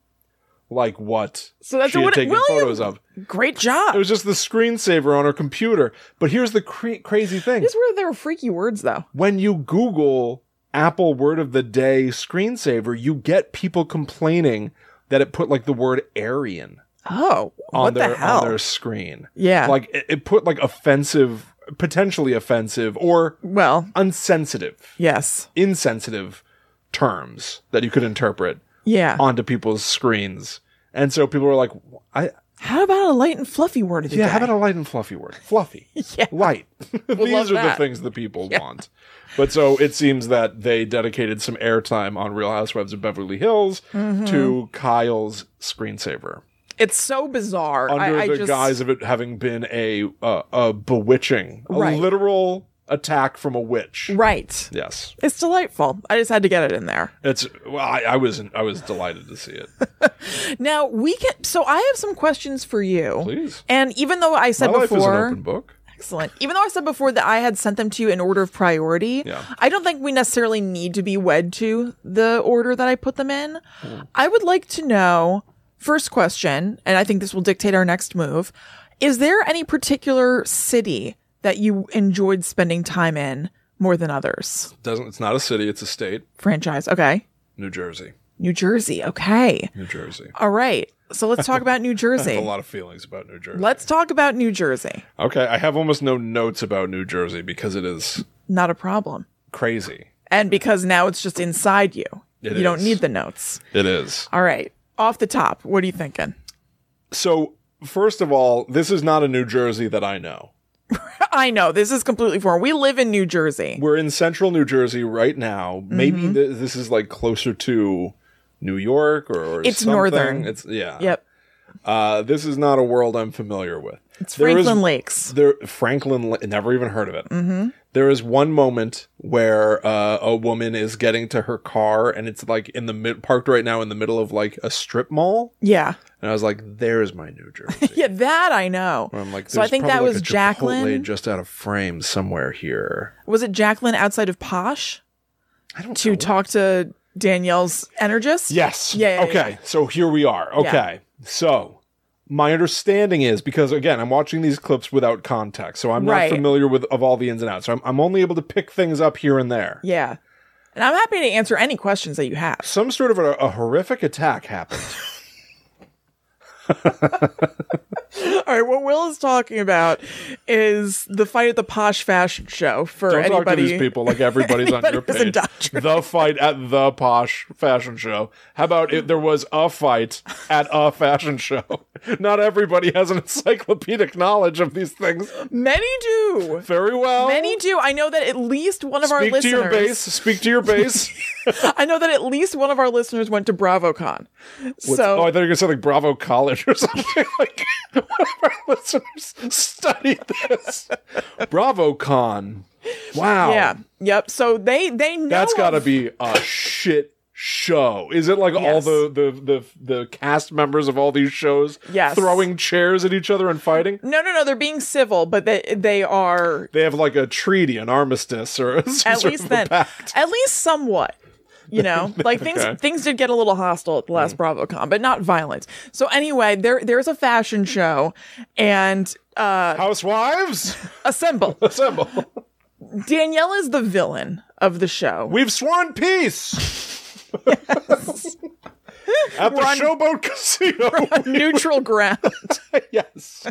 Speaker 2: like what
Speaker 1: So that's
Speaker 2: she
Speaker 1: what
Speaker 2: had
Speaker 1: it-
Speaker 2: taken
Speaker 1: William-
Speaker 2: photos of.
Speaker 1: Great job.
Speaker 2: It was just the screensaver on her computer. But here's the cra- crazy thing:
Speaker 1: These were there were freaky words though.
Speaker 2: when you Google Apple Word of the Day screensaver, you get people complaining that it put like the word Aryan
Speaker 1: Oh,
Speaker 2: on
Speaker 1: what
Speaker 2: their
Speaker 1: the hell?
Speaker 2: on their screen.
Speaker 1: yeah.
Speaker 2: Like it, it put like offensive, potentially offensive or
Speaker 1: well,
Speaker 2: unsensitive,
Speaker 1: yes.
Speaker 2: insensitive terms that you could interpret
Speaker 1: Yeah.
Speaker 2: onto people's screens. And so people were like, I
Speaker 1: how about a light and fluffy word of the
Speaker 2: yeah,
Speaker 1: day?
Speaker 2: how about a light and fluffy word? Fluffy.
Speaker 1: Yeah.
Speaker 2: Light.
Speaker 1: love
Speaker 2: These are
Speaker 1: that.
Speaker 2: the things the people want. But so it seems that they dedicated some airtime on Real Housewives of Beverly Hills
Speaker 1: Mm-hmm.
Speaker 2: to Kyle's screensaver
Speaker 1: it's so bizarre.
Speaker 2: under
Speaker 1: I, I
Speaker 2: the
Speaker 1: just,
Speaker 2: guise of it having been a uh, a bewitching, a
Speaker 1: Right.
Speaker 2: literal attack from a witch.
Speaker 1: Right.
Speaker 2: Yes,
Speaker 1: It's delightful. I just had to get it in there.
Speaker 2: it's. Well, I, I was I was delighted to see it.
Speaker 1: Now we can. So I have some questions for you.
Speaker 2: Please,
Speaker 1: And even though I said
Speaker 2: my life is an
Speaker 1: before,
Speaker 2: open book.
Speaker 1: excellent. Even though I said before that I had sent them to you in order of priority,
Speaker 2: Yeah.
Speaker 1: I don't think we necessarily need to be wed to the order that I put them in.
Speaker 2: Hmm.
Speaker 1: I would like to know first question, and I think this will dictate our next move. Is there any particular city that you enjoyed spending time in more than others?
Speaker 2: Doesn't it's not a city, it's a state.
Speaker 1: Franchise. Okay.
Speaker 2: New Jersey,
Speaker 1: New Jersey. Okay.
Speaker 2: New Jersey.
Speaker 1: All right. So let's talk about New
Speaker 2: A
Speaker 1: Jersey.
Speaker 2: lot of feelings about New Jersey.
Speaker 1: Let's talk about New Jersey.
Speaker 2: Okay, I have almost no notes about New Jersey because it is
Speaker 1: Not a problem.
Speaker 2: crazy.
Speaker 1: And because now it's just inside you,
Speaker 2: It
Speaker 1: you don't
Speaker 2: is.
Speaker 1: need the notes.
Speaker 2: It is.
Speaker 1: All right. Off the top, what are you thinking?
Speaker 2: So, first of all, this is not a New Jersey that I know.
Speaker 1: I know this is completely foreign. We live in New Jersey.
Speaker 2: We're in central New Jersey right now. Maybe
Speaker 1: Mm-hmm.
Speaker 2: th- this is like closer to New York or, or
Speaker 1: It's
Speaker 2: something.
Speaker 1: northern.
Speaker 2: It's yeah.
Speaker 1: Yep.
Speaker 2: Uh, this is not a world I'm familiar with.
Speaker 1: It's Franklin Lakes.
Speaker 2: There, Franklin Li- never even heard of it. Mm-hmm. is one moment where uh, a woman is getting to her car, and it's like in the mid parked right now in the middle of like a strip mall,
Speaker 1: Yeah.
Speaker 2: and I was like, "There's my New Jersey."
Speaker 1: Yeah, that I know.
Speaker 2: I'm like,
Speaker 1: so I
Speaker 2: "There's
Speaker 1: think that
Speaker 2: probably,
Speaker 1: was
Speaker 2: like, a
Speaker 1: Jacqueline.
Speaker 2: Chipotle just out of frame somewhere here.
Speaker 1: was it Jacqueline outside of Posh
Speaker 2: I don't
Speaker 1: to
Speaker 2: know.
Speaker 1: talk to Danielle's energist?
Speaker 2: Yes.
Speaker 1: Yeah, yeah,
Speaker 2: okay. So here we are. Okay. So my understanding is because again, I'm watching these clips without context, so I'm not
Speaker 1: Right.
Speaker 2: familiar with of all the ins and outs. So I'm, I'm only able to pick things up here and there.
Speaker 1: Yeah. And I'm happy to answer any questions that you have.
Speaker 2: Some sort of a, a horrific attack happened.
Speaker 1: All right. What Will is talking about is the fight at the Posh Fashion Show for
Speaker 2: Don't
Speaker 1: anybody.
Speaker 2: talk to these people like everybody's on your
Speaker 1: anybody who's
Speaker 2: page. The fight at the posh fashion show. How about if there was a fight at a fashion show? Not everybody has an encyclopedic knowledge of these things.
Speaker 1: Many do.
Speaker 2: Very well.
Speaker 1: Many do. I know that at least one of our
Speaker 2: Speak to
Speaker 1: listeners.
Speaker 2: your base. Speak to your base.
Speaker 1: I know that at least one of our listeners went to BravoCon. so
Speaker 2: oh, I thought you were going to say like Bravo College or something. like, one of our listeners studied this. Bravo Con. Wow.
Speaker 1: yeah, yep. So they they know
Speaker 2: That's got to
Speaker 1: of-
Speaker 2: be a shit show. Is it like all
Speaker 1: Yes.
Speaker 2: the, the the the cast members of all these shows
Speaker 1: Yes.
Speaker 2: throwing chairs at each other and fighting?
Speaker 1: No, no, no. They're being civil, but they they are
Speaker 2: They have like a treaty, an armistice, or some
Speaker 1: at
Speaker 2: sort
Speaker 1: least
Speaker 2: of a
Speaker 1: then
Speaker 2: pact.
Speaker 1: at least somewhat. You know, like things
Speaker 2: Okay. Mm.
Speaker 1: things did get a little hostile at the last BravoCon, but not violent. So anyway, there there's a fashion show, and uh
Speaker 2: Housewives,
Speaker 1: assemble.
Speaker 2: assemble.
Speaker 1: Danielle is the villain of the show.
Speaker 2: We've sworn peace. at the
Speaker 1: We're on-
Speaker 2: Showboat Casino.
Speaker 1: Neutral ground.
Speaker 2: yes.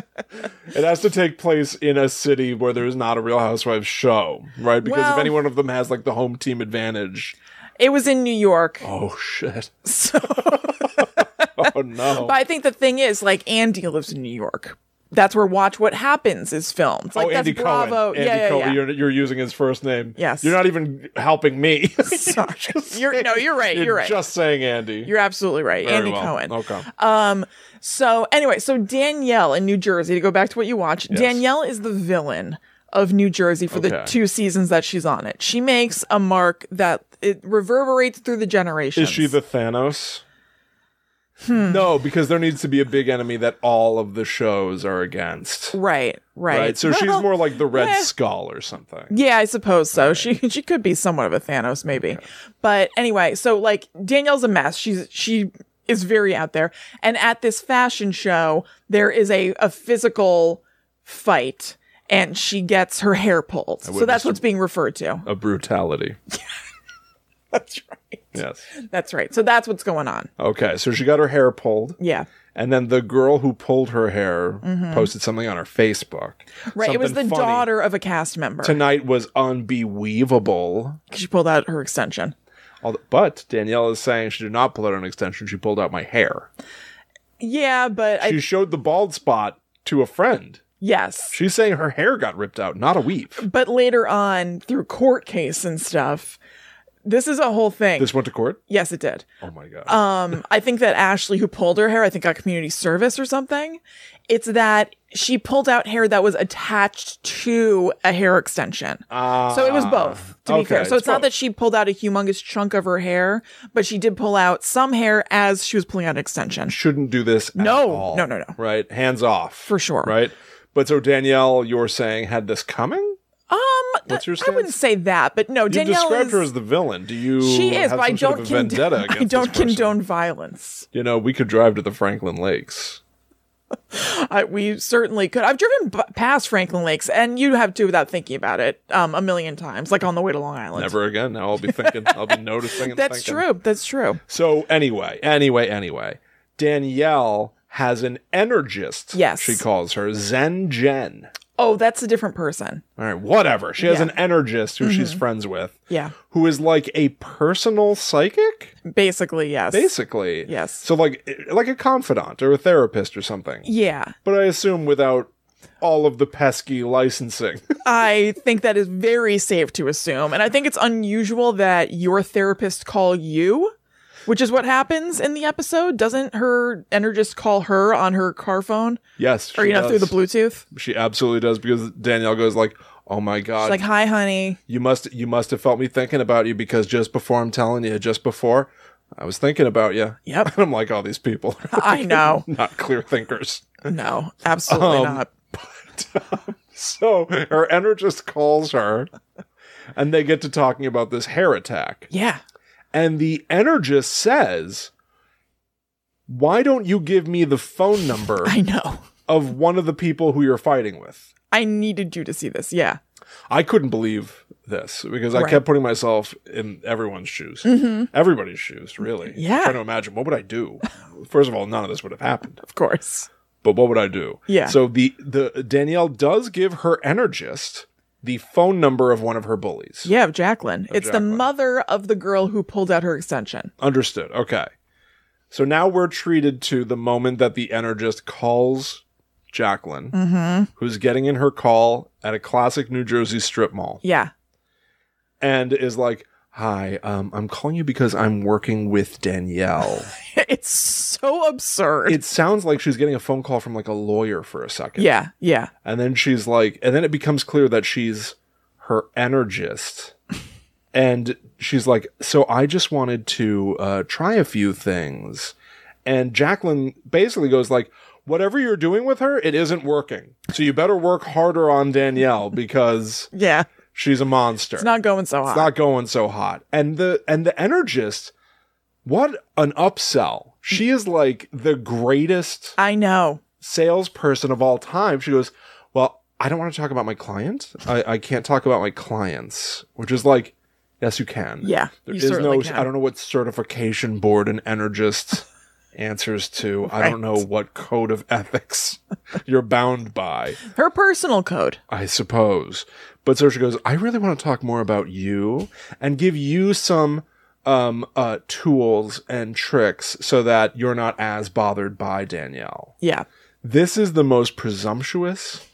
Speaker 2: It has to take place in a city where there is not a Real Housewives show, right? Because if
Speaker 1: Well-
Speaker 2: any one of them has like the home team advantage.
Speaker 1: It was in New York.
Speaker 2: Oh shit.
Speaker 1: So,
Speaker 2: Oh no.
Speaker 1: but I think the thing is, like, Andy lives in New York. That's where Watch What Happens is filmed. Like,
Speaker 2: oh,
Speaker 1: that's
Speaker 2: Andy
Speaker 1: Bravo.
Speaker 2: Cohen. Andy
Speaker 1: yeah, yeah,
Speaker 2: Cohen.
Speaker 1: yeah.
Speaker 2: You're, you're using his first name.
Speaker 1: Yes.
Speaker 2: You're not even helping me.
Speaker 1: Sorry. You're- no, you're right, you're right.
Speaker 2: Just saying Andy.
Speaker 1: You're absolutely right.
Speaker 2: Very
Speaker 1: Andy
Speaker 2: well.
Speaker 1: Cohen.
Speaker 2: Okay.
Speaker 1: Um, so anyway, so Danielle in New Jersey, to go back to what you watched, Danielle is the villain of New Jersey for the
Speaker 2: Okay.
Speaker 1: two seasons that she's on it. She makes a mark that it reverberates through the generations.
Speaker 2: Is she the Thanos?
Speaker 1: Hmm.
Speaker 2: No, because there needs to be a big enemy that all of the shows are against.
Speaker 1: Right, right.
Speaker 2: Right. So she's
Speaker 1: Well,
Speaker 2: more like the Red
Speaker 1: eh.
Speaker 2: Skull or something.
Speaker 1: Yeah, I suppose so. She she could be somewhat of a Thanos, maybe. But anyway, so like Danielle's a mess. She's she is very out there. And at this fashion show, there is a a physical fight, and she gets her hair pulled. So
Speaker 2: witnessed
Speaker 1: that's
Speaker 2: a-
Speaker 1: what's being referred to.
Speaker 2: A brutality.
Speaker 1: That's right.
Speaker 2: Yes.
Speaker 1: That's right. So that's what's going on.
Speaker 2: Okay. So she got her hair pulled.
Speaker 1: Yeah.
Speaker 2: And then the girl who pulled her hair posted something on her Facebook.
Speaker 1: Mm-hmm. Right. it was the
Speaker 2: Something funny.
Speaker 1: daughter of a cast member.
Speaker 2: Tonight was unbelievable.
Speaker 1: she pulled out her extension.
Speaker 2: Although, but Danielle is saying she did not pull out an extension. She pulled out my hair.
Speaker 1: Yeah, but I
Speaker 2: She showed the bald spot to a friend.
Speaker 1: yes.
Speaker 2: She's saying her hair got ripped out, not a weave.
Speaker 1: But later on, through court case and stuff, this is a whole thing.
Speaker 2: This went to court.
Speaker 1: yes, it did.
Speaker 2: Oh my god.
Speaker 1: Um, I think that Ashley, who pulled her hair, I think got community service or something. It's that she pulled out hair that was attached to a hair extension. Um, So it was both, to be
Speaker 2: Ah, okay,
Speaker 1: fair. So it's, not
Speaker 2: both.
Speaker 1: that she pulled out a humongous chunk of her hair, but she did pull out some hair as she was pulling out an extension.
Speaker 2: shouldn't do this. at
Speaker 1: No,
Speaker 2: all,
Speaker 1: no, no, no.
Speaker 2: Right, hands off
Speaker 1: For sure.
Speaker 2: Right, but so Danielle, you're saying had this coming?
Speaker 1: Um,
Speaker 2: What's your
Speaker 1: I wouldn't say that, but no,
Speaker 2: You
Speaker 1: Danielle
Speaker 2: described
Speaker 1: is,
Speaker 2: her as the villain. Do you?
Speaker 1: she is, but
Speaker 2: have
Speaker 1: I
Speaker 2: some sort
Speaker 1: don't
Speaker 2: of a
Speaker 1: condone,
Speaker 2: vendetta
Speaker 1: I
Speaker 2: against
Speaker 1: don't
Speaker 2: this person?
Speaker 1: condone violence.
Speaker 2: You know, we could drive to the Franklin Lakes.
Speaker 1: I, we certainly could. I've driven b- past Franklin Lakes, and you have too without thinking about it um, a million times, like on the way to Long Island.
Speaker 2: Never again. Now I'll be thinking. I'll be noticing. And
Speaker 1: That's
Speaker 2: thinking.
Speaker 1: true. That's true.
Speaker 2: So anyway, anyway, anyway, Danielle has an energist.
Speaker 1: Yes.
Speaker 2: she calls her Zen Jen.
Speaker 1: Oh, that's a different person.
Speaker 2: All right, whatever. She has
Speaker 1: Yeah. Mm-hmm.
Speaker 2: an energist who she's friends with.
Speaker 1: Yeah.
Speaker 2: Who is like a personal psychic,
Speaker 1: Basically, yes.
Speaker 2: basically.
Speaker 1: Yes.
Speaker 2: So like eh, like a confidant or a therapist or something.
Speaker 1: Yeah.
Speaker 2: But I assume without all of the pesky licensing.
Speaker 1: I think that is very safe to assume. And I think it's unusual that your therapist call you, which is what happens in the episode. Doesn't her energist call her on her car phone
Speaker 2: yes.
Speaker 1: or,
Speaker 2: she
Speaker 1: you know, through the
Speaker 2: does.
Speaker 1: Bluetooth?
Speaker 2: She absolutely does because Danielle goes like, "Oh my god,
Speaker 1: She's like, hi, honey.
Speaker 2: you must you must have felt me thinking about you because just before I'm telling you, just before I was thinking about you."
Speaker 1: Yep.
Speaker 2: And I'm like, "All these people are
Speaker 1: I know.
Speaker 2: not clear thinkers."
Speaker 1: No, absolutely
Speaker 2: Um,
Speaker 1: not.
Speaker 2: So her energist calls her, and they get to talking about this hair attack.
Speaker 1: Yeah.
Speaker 2: And the energist says, Why don't you give me the phone number
Speaker 1: I know.
Speaker 2: of one of the people who you're fighting with?
Speaker 1: I needed you to see this. Yeah.
Speaker 2: I couldn't believe this because I
Speaker 1: Right. Mm-hmm.
Speaker 2: kept putting myself in everyone's shoes, everybody's shoes, really.
Speaker 1: Yeah.
Speaker 2: Trying to imagine what would I do? First of all, none of this would have happened.
Speaker 1: Of course.
Speaker 2: but what would I do?
Speaker 1: Yeah.
Speaker 2: So the the Danielle does give her energist the phone number of one of her bullies.
Speaker 1: Yeah, of Jacqueline. it's the
Speaker 2: Jacqueline.
Speaker 1: mother of the girl who pulled out her extension.
Speaker 2: Understood. Okay. So now we're treated to the moment that the energist calls Jacqueline,
Speaker 1: Mm.
Speaker 2: who's getting in her call at a classic New Jersey strip mall,
Speaker 1: Yeah.
Speaker 2: and is like, "Hi, um, I'm calling you because I'm working with Danielle."
Speaker 1: it's so absurd.
Speaker 2: it sounds like she's getting a phone call from like a lawyer for a second.
Speaker 1: yeah. Yeah.
Speaker 2: And then she's like, and then it becomes clear that she's her energist. and she's like, so I just wanted to uh, try a few things. And Jacqueline basically goes like, whatever you're doing with her, it isn't working. So you better work harder on Danielle because
Speaker 1: Yeah.
Speaker 2: she's a monster.
Speaker 1: It's not going so
Speaker 2: It's
Speaker 1: hot.
Speaker 2: not going so hot. And the and the energist, what an upsell. She is like the greatest
Speaker 1: I know.
Speaker 2: salesperson of all time. She goes, Well, I don't want to talk about my client. I, I can't talk about my clients, which is like, Yes, you can.
Speaker 1: Yeah,
Speaker 2: There
Speaker 1: you
Speaker 2: is
Speaker 1: certainly
Speaker 2: no,
Speaker 1: can.
Speaker 2: I don't know what certification board an energist answers to I
Speaker 1: Right.
Speaker 2: don't know what code of ethics you're bound by,
Speaker 1: Her personal code.
Speaker 2: I suppose. But so she goes, I really want to talk more about you and give you some um uh tools and tricks so that you're not as bothered by Danielle.
Speaker 1: Yeah.
Speaker 2: This is the most presumptuous.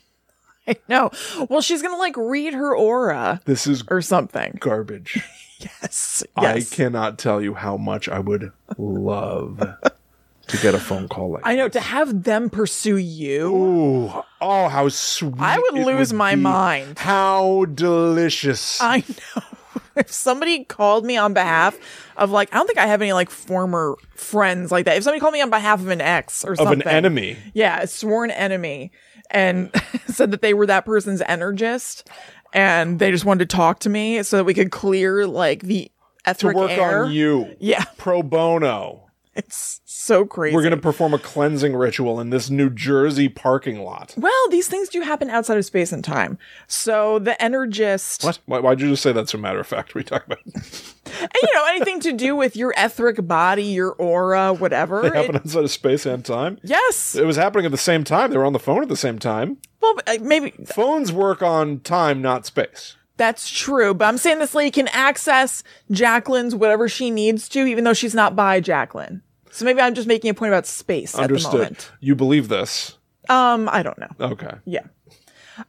Speaker 1: I know. Well, she's going to like read her aura
Speaker 2: This is
Speaker 1: or something.
Speaker 2: garbage.
Speaker 1: Yes.
Speaker 2: I
Speaker 1: Er Yes.
Speaker 2: cannot tell you how much I would love to get a phone call like
Speaker 1: I, know. To have them pursue you,
Speaker 2: Ooh, oh, how sweet.
Speaker 1: I would
Speaker 2: it
Speaker 1: lose my
Speaker 2: be.
Speaker 1: mind.
Speaker 2: How delicious.
Speaker 1: I know. If somebody called me on behalf of like, I don't think I have any like former friends like that. If somebody called me on behalf of an ex or
Speaker 2: of
Speaker 1: something,
Speaker 2: an enemy.
Speaker 1: yeah, a sworn enemy, and said that they were that person's energist, and they just wanted to talk to me so that we could clear like the
Speaker 2: To
Speaker 1: etheric
Speaker 2: work
Speaker 1: air.
Speaker 2: on you.
Speaker 1: Yeah,
Speaker 2: Pro bono.
Speaker 1: it's so crazy.
Speaker 2: We're going to perform a cleansing ritual in this New Jersey parking lot.
Speaker 1: Well, these things do happen outside of space and time. So the energist,
Speaker 2: What? Why, why'd you just say that's a matter of fact? We talk about
Speaker 1: and, you know, anything to do with your etheric body, your aura, whatever.
Speaker 2: it
Speaker 1: it-
Speaker 2: happened outside of space and time.
Speaker 1: yes.
Speaker 2: It was happening at the same time. They were on the phone at the same time.
Speaker 1: Well, uh, maybe
Speaker 2: Phones work on time, not space.
Speaker 1: that's true, but I'm saying this lady can access Jacqueline's whatever she needs to, even though she's not by Jacqueline. So maybe I'm just making a point about space at the
Speaker 2: Understood.
Speaker 1: moment.
Speaker 2: You believe this?
Speaker 1: Um, I don't know.
Speaker 2: Okay.
Speaker 1: Yeah.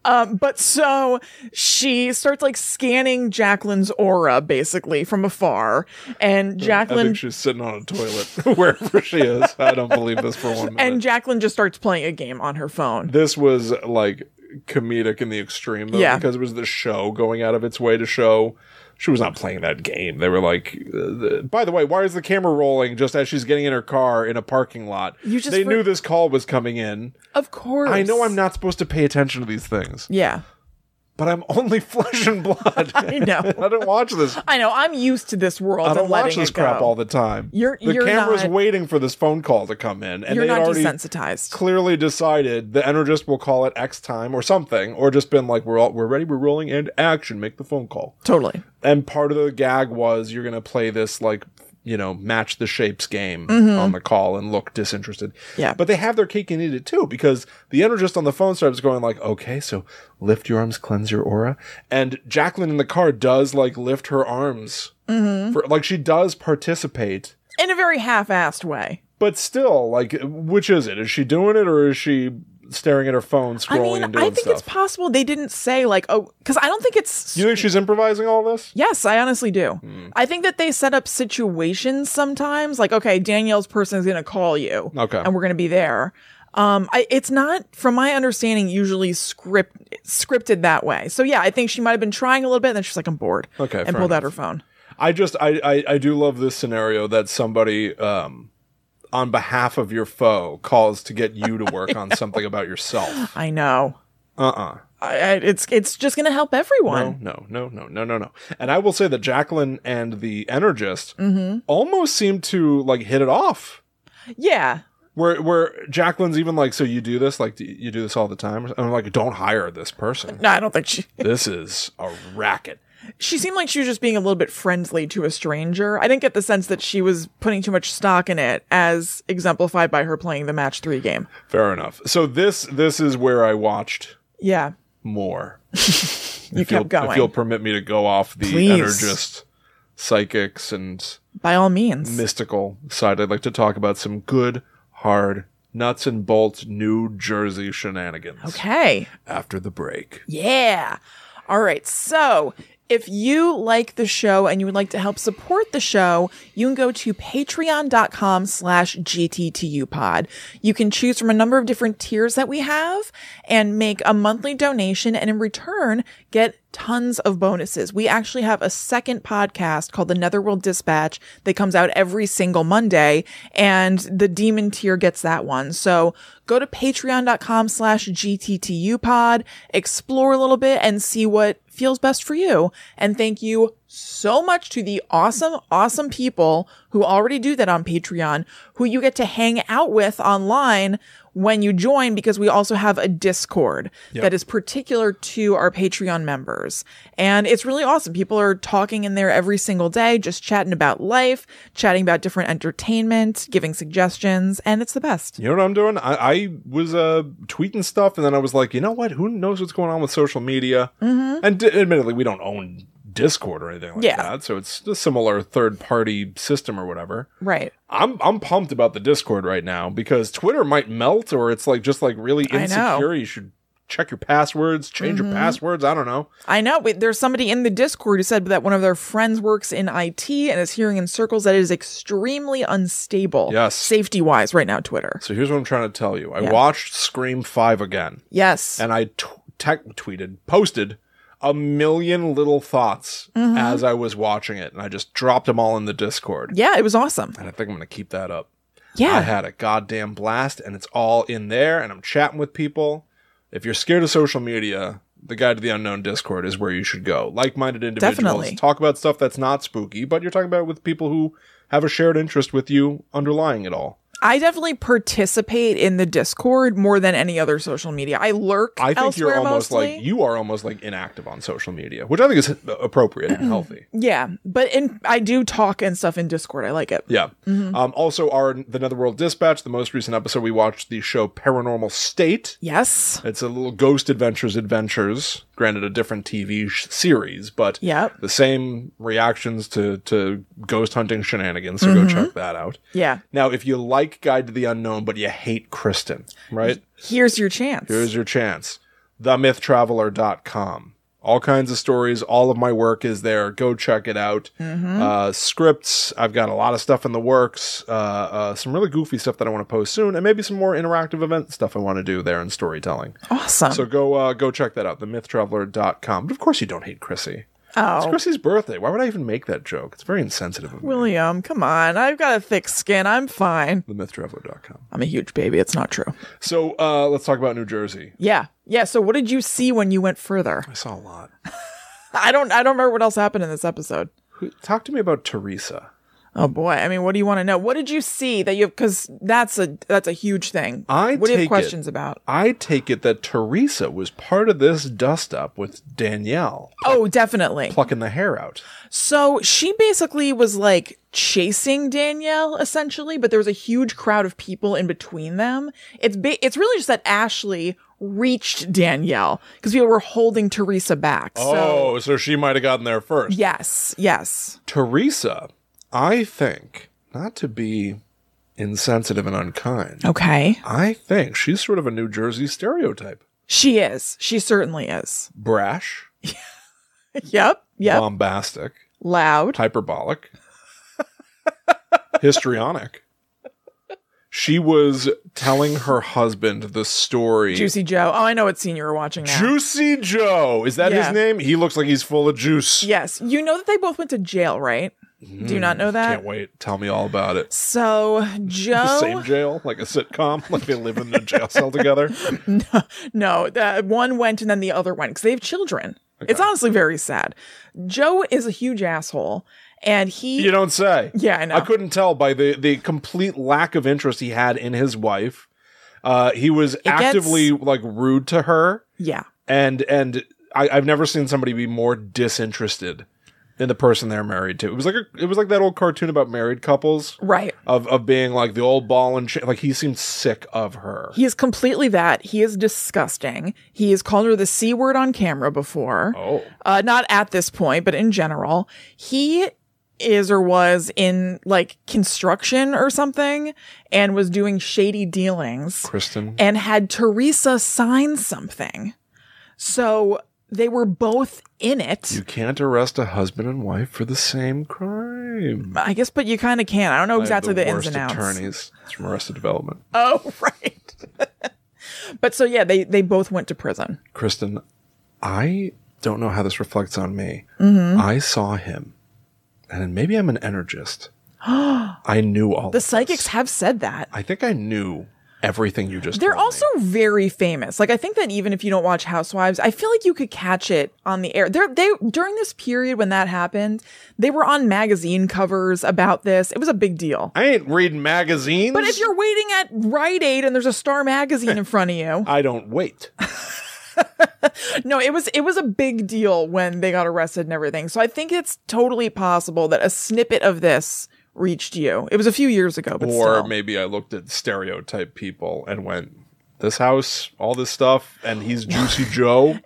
Speaker 1: Um, but so she starts like scanning Jacqueline's aura basically from afar, and
Speaker 2: Hmm, I
Speaker 1: Jacqueline
Speaker 2: think she's sitting on a toilet wherever she is. I don't believe this for one minute.
Speaker 1: and Jacqueline just starts playing a game on her phone.
Speaker 2: this was like comedic in the extreme though,
Speaker 1: Yeah.
Speaker 2: because it was the show going out of its way to show she was not playing that game. They were like, uh, the- by the way, why is the camera rolling just as she's getting in her car in a parking lot?
Speaker 1: You just
Speaker 2: they
Speaker 1: for-
Speaker 2: knew this call was coming in.
Speaker 1: Of course,
Speaker 2: I know I'm not supposed to pay attention to these things,
Speaker 1: Yeah,
Speaker 2: but I'm only flesh and blood.
Speaker 1: I know.
Speaker 2: I don't watch this.
Speaker 1: I know. I'm used to this world.
Speaker 2: I don't
Speaker 1: and letting
Speaker 2: watch this
Speaker 1: it
Speaker 2: crap
Speaker 1: go.
Speaker 2: all the time.
Speaker 1: You're-
Speaker 2: the
Speaker 1: you're
Speaker 2: camera's
Speaker 1: not-
Speaker 2: waiting for this phone call to come in, and
Speaker 1: You're
Speaker 2: they
Speaker 1: not
Speaker 2: already
Speaker 1: desensitized.
Speaker 2: clearly decided the energist will call it X time or something, or just been like, we're all, we're ready, we're rolling, and action, make the phone call.
Speaker 1: Totally.
Speaker 2: And part of the gag was you're gonna play this like you know match the shapes game on the call and look disinterested.
Speaker 1: Yeah.
Speaker 2: but they have their cake and eat it too because the energist on the phone starts going like, okay, so lift your arms, cleanse your aura, and Jacqueline in the car does like lift her arms for like she does participate
Speaker 1: In a very half-assed way.
Speaker 2: but still, like, which is it? Is she doing it or is she staring at her phone,
Speaker 1: I
Speaker 2: scrolling
Speaker 1: mean,
Speaker 2: and
Speaker 1: I
Speaker 2: doing
Speaker 1: think it's
Speaker 2: stuff?
Speaker 1: possible they didn't say like, oh, because I don't think it's.
Speaker 2: you Hmm. think she's improvising all this?
Speaker 1: Yes, I honestly do. I think that they set up situations sometimes, like okay, Danielle's person is going to call you,
Speaker 2: Okay.
Speaker 1: and we're going to be there. Um, I, it's not, from my understanding, usually script scripted that way. So yeah, I think she might have been trying a little bit, and then she's like, "I'm bored,"
Speaker 2: Okay,
Speaker 1: and
Speaker 2: fair
Speaker 1: pulled
Speaker 2: enough.
Speaker 1: out her phone.
Speaker 2: I just, I, I, I do love this scenario that somebody, um, on behalf of your foe, calls to get you to work on something about yourself.
Speaker 1: I know.
Speaker 2: Uh uh
Speaker 1: I, I, it's it's just going to help everyone.
Speaker 2: No, no, no, no, no, no. And I will say that Jacqueline and the Energist
Speaker 1: Mm-hmm.
Speaker 2: almost seem to like hit it off.
Speaker 1: Yeah,
Speaker 2: Where where Jacqueline's even like, so you do this, like do you do this all the time. And I'm like, don't hire this person.
Speaker 1: no, I don't think she.
Speaker 2: this is a racket.
Speaker 1: She seemed like she was just being a little bit friendly to a stranger. I didn't get the sense that she was putting too much stock in it, as exemplified by her playing the match three game.
Speaker 2: Fair enough. So this this is where I watched
Speaker 1: Yeah.
Speaker 2: more.
Speaker 1: You
Speaker 2: If you'll,
Speaker 1: kept going.
Speaker 2: If you'll permit me to go off the
Speaker 1: Please.
Speaker 2: energist, psychics, and
Speaker 1: By all means.
Speaker 2: mystical side, I'd like to talk about some good, hard nuts and bolts New Jersey shenanigans
Speaker 1: okay.
Speaker 2: after the break.
Speaker 1: Yeah. All right. So if you like the show and you would like to help support the show, you can go to patreon.com slash gttupod. You can choose from a number of different tiers that we have and make a monthly donation and in return get tons of bonuses. We actually have a second podcast called The Netherworld Dispatch that comes out every single Monday and the demon tier gets that one. So go to patreon.com slash gttupod, explore a little bit and see what feels best for you. And thank you so much to the awesome, awesome people who already do that on Patreon, who you get to hang out with online when you join, because we also have a Discord that is particular to our Patreon members. And it's really awesome. People are talking in there every single day, just chatting about life, chatting about different entertainment, giving suggestions, and it's the best.
Speaker 2: You know what I'm doing? I, I was uh, tweeting stuff, and then I was like, you know what? Who knows what's going on with social media? Mm-hmm. And d- admittedly, we don't own Discord or anything like
Speaker 1: Yeah.
Speaker 2: that, so it's a similar third party system or whatever.
Speaker 1: Right.
Speaker 2: I'm I'm pumped about the Discord right now because Twitter might melt, or it's like just like really
Speaker 1: I know. Mm-hmm.
Speaker 2: insecure. You should check your passwords, change your passwords. I don't know.
Speaker 1: I know. Wait, There's somebody in the Discord who said that one of their friends works in IT and is hearing in circles that it is extremely unstable.
Speaker 2: Yes.
Speaker 1: Safety wise, right now, Twitter.
Speaker 2: So here's what I'm trying to tell you. I
Speaker 1: Yeah.
Speaker 2: watched Scream Five again.
Speaker 1: Yes.
Speaker 2: and I t- tech tweeted, posted a million little thoughts
Speaker 1: Mm-hmm.
Speaker 2: as I was watching it, and I just dropped them all in the Discord.
Speaker 1: yeah, it was awesome.
Speaker 2: And I think I'm gonna keep that up. I
Speaker 1: Yeah.
Speaker 2: had a goddamn blast, and it's all in there, and I'm chatting with people. If you're scared of social media, the Guide to the Unknown Discord is where you should go. Like-minded individuals
Speaker 1: Definitely.
Speaker 2: talk about stuff that's not spooky, but you're talking about it with people who have a shared interest with you underlying it all.
Speaker 1: I definitely participate in the Discord more than any other social media. I lurk
Speaker 2: I think
Speaker 1: elsewhere
Speaker 2: you're almost
Speaker 1: mostly.
Speaker 2: like you are almost like inactive on social media, which I think is appropriate and healthy.
Speaker 1: yeah, but in I do talk and stuff in Discord. I like it.
Speaker 2: Yeah. Um, also, our the Netherworld Dispatch, the most recent episode, we watched the show Paranormal State.
Speaker 1: Yes.
Speaker 2: It's a little Ghost Adventures Adventures, granted a different TV sh- series, but
Speaker 1: Yep.
Speaker 2: the same reactions to to ghost hunting shenanigans. So go check that out.
Speaker 1: Yeah.
Speaker 2: Now, if you like Guide to the Unknown, but you hate Kristen, right?
Speaker 1: Here's your chance.
Speaker 2: Here's your chance. TheMythTraveler.com. All kinds of stories. All of my work is there. Go check it out. Uh, scripts. I've got a lot of stuff in the works. Uh, uh, some really goofy stuff that I want to post soon, and maybe some more interactive event stuff I want to do there in storytelling.
Speaker 1: awesome.
Speaker 2: So go uh, go check that out. TheMythTraveler.com. But of course, you don't hate Chrissy. It's
Speaker 1: oh.
Speaker 2: Chrissy's birthday. Why would I even make that joke? It's very insensitive of me.
Speaker 1: William, come on. I've got a thick skin. I'm fine.
Speaker 2: TheMythTraveler.com.
Speaker 1: I'm a huge baby. It's not true.
Speaker 2: So uh, let's talk about New Jersey.
Speaker 1: Yeah. Yeah. So what did you see when you went further?
Speaker 2: I saw a lot.
Speaker 1: I don't I don't remember what else happened in this episode.
Speaker 2: Who- Talk to me about Teresa.
Speaker 1: Oh boy. I mean, what do you want to know? What did you see that you cuz that's a that's a huge thing.
Speaker 2: I
Speaker 1: What do you
Speaker 2: take
Speaker 1: have
Speaker 2: it-
Speaker 1: questions about?
Speaker 2: I take it that Teresa was part of this dust up with Danielle
Speaker 1: Oh, definitely.
Speaker 2: plucking the hair out.
Speaker 1: So she basically was like chasing Danielle essentially, but there was a huge crowd of people in between them. It's ba- it's really just that Ashley reached Danielle because people were holding Teresa back. So
Speaker 2: oh, so she might have gotten there first.
Speaker 1: yes, yes.
Speaker 2: Teresa, I think, not to be insensitive and unkind,
Speaker 1: Okay.
Speaker 2: I think she's sort of a New Jersey stereotype.
Speaker 1: She is. She certainly is.
Speaker 2: Brash,
Speaker 1: Yep. Yep.
Speaker 2: bombastic,
Speaker 1: Loud.
Speaker 2: hyperbolic, histrionic. She was telling her husband the story
Speaker 1: Juicy Joe. Oh, I know what scene you were watching now.
Speaker 2: Juicy Joe. Is that
Speaker 1: Yeah.
Speaker 2: his name? He looks like he's full of juice.
Speaker 1: yes. You know that they both went to jail, right? Do you not know that?
Speaker 2: Mm, Can't wait. Tell me all about it.
Speaker 1: So
Speaker 2: The
Speaker 1: Joe
Speaker 2: same jail, like a sitcom, like they live in a jail cell together.
Speaker 1: No, the one went and then the other went because they have children. It's honestly very sad. Joe is a huge asshole, and he.
Speaker 2: You don't say.
Speaker 1: yeah, I know.
Speaker 2: I couldn't tell by the the complete lack of interest he had in his wife. Uh, he was
Speaker 1: gets-
Speaker 2: actively like rude to her,
Speaker 1: yeah,
Speaker 2: and and I, I've never seen somebody be more disinterested than the person they're married to. It was like a, it was like that old cartoon about married couples
Speaker 1: right.
Speaker 2: of of being like the old ball and shit. Like he seemed sick of her.
Speaker 1: He is completely that. He is disgusting. He has called her the c word on camera before.
Speaker 2: Oh.
Speaker 1: uh, not at this point, but in general, he is or was in like construction or something and was doing shady dealings
Speaker 2: Kristen.
Speaker 1: and had Teresa sign something. So they were both in it.
Speaker 2: You can't arrest a husband and wife for the same crime.
Speaker 1: I guess, but you kind of can. I don't know exactly the, ins
Speaker 2: worst
Speaker 1: and outs.
Speaker 2: attorneys. It's from Arrested Development.
Speaker 1: Oh, right. but so yeah, they they both went to prison.
Speaker 2: Kristen, I don't know how this reflects on me.
Speaker 1: Mm-hmm.
Speaker 2: I saw him, and maybe I'm an energist. I knew all
Speaker 1: The
Speaker 2: of this.
Speaker 1: psychics have said that.
Speaker 2: I think I knew everything you just
Speaker 1: They're
Speaker 2: told me.
Speaker 1: also very famous. Like I think that even if you don't watch Housewives, I feel like you could catch it on the air. They're, they during this period when that happened, they were on magazine covers about this. It was a big deal.
Speaker 2: I ain't reading magazines.
Speaker 1: But if you're waiting at Rite Aid and there's a Star magazine in front of you,
Speaker 2: I don't wait.
Speaker 1: no, it was it was a big deal when they got arrested and everything. So I think it's totally possible that a snippet of this reached you. It was a few years ago, but
Speaker 2: or
Speaker 1: still.
Speaker 2: maybe I looked at stereotype people and went, this house, all this stuff, and he's Juicy Joe.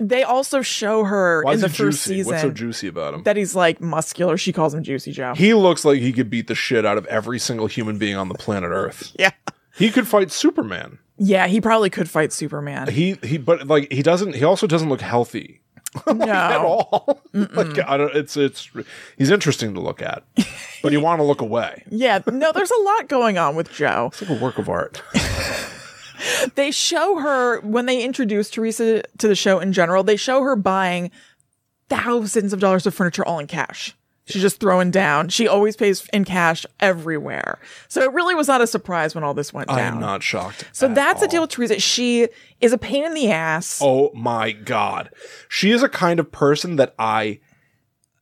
Speaker 1: they also show her
Speaker 2: Why
Speaker 1: in
Speaker 2: is
Speaker 1: the
Speaker 2: he
Speaker 1: first
Speaker 2: juicy?
Speaker 1: season
Speaker 2: What's so juicy about him?
Speaker 1: that he's like muscular. She calls him Juicy Joe.
Speaker 2: he looks like he could beat the shit out of every single human being on the planet Earth.
Speaker 1: yeah.
Speaker 2: He could fight Superman.
Speaker 1: Yeah, he probably could fight Superman.
Speaker 2: He he, but like he doesn't. He also doesn't look healthy at
Speaker 1: No.
Speaker 2: all. like I don't. It's it's. He's interesting to look at, but you want to look away.
Speaker 1: Yeah, no, there's a lot going on with Joe.
Speaker 2: It's like a work of art.
Speaker 1: They show her when they introduce Teresa to the show in general, they show her buying thousands of dollars of furniture all in cash. She's just throwing down. She always pays in cash everywhere. So it really was not a surprise when all this went
Speaker 2: I
Speaker 1: down.
Speaker 2: am not shocked.
Speaker 1: so
Speaker 2: at
Speaker 1: that's the
Speaker 2: all.
Speaker 1: deal with Teresa. She is a pain in the ass.
Speaker 2: Oh my god, she is a kind of person that I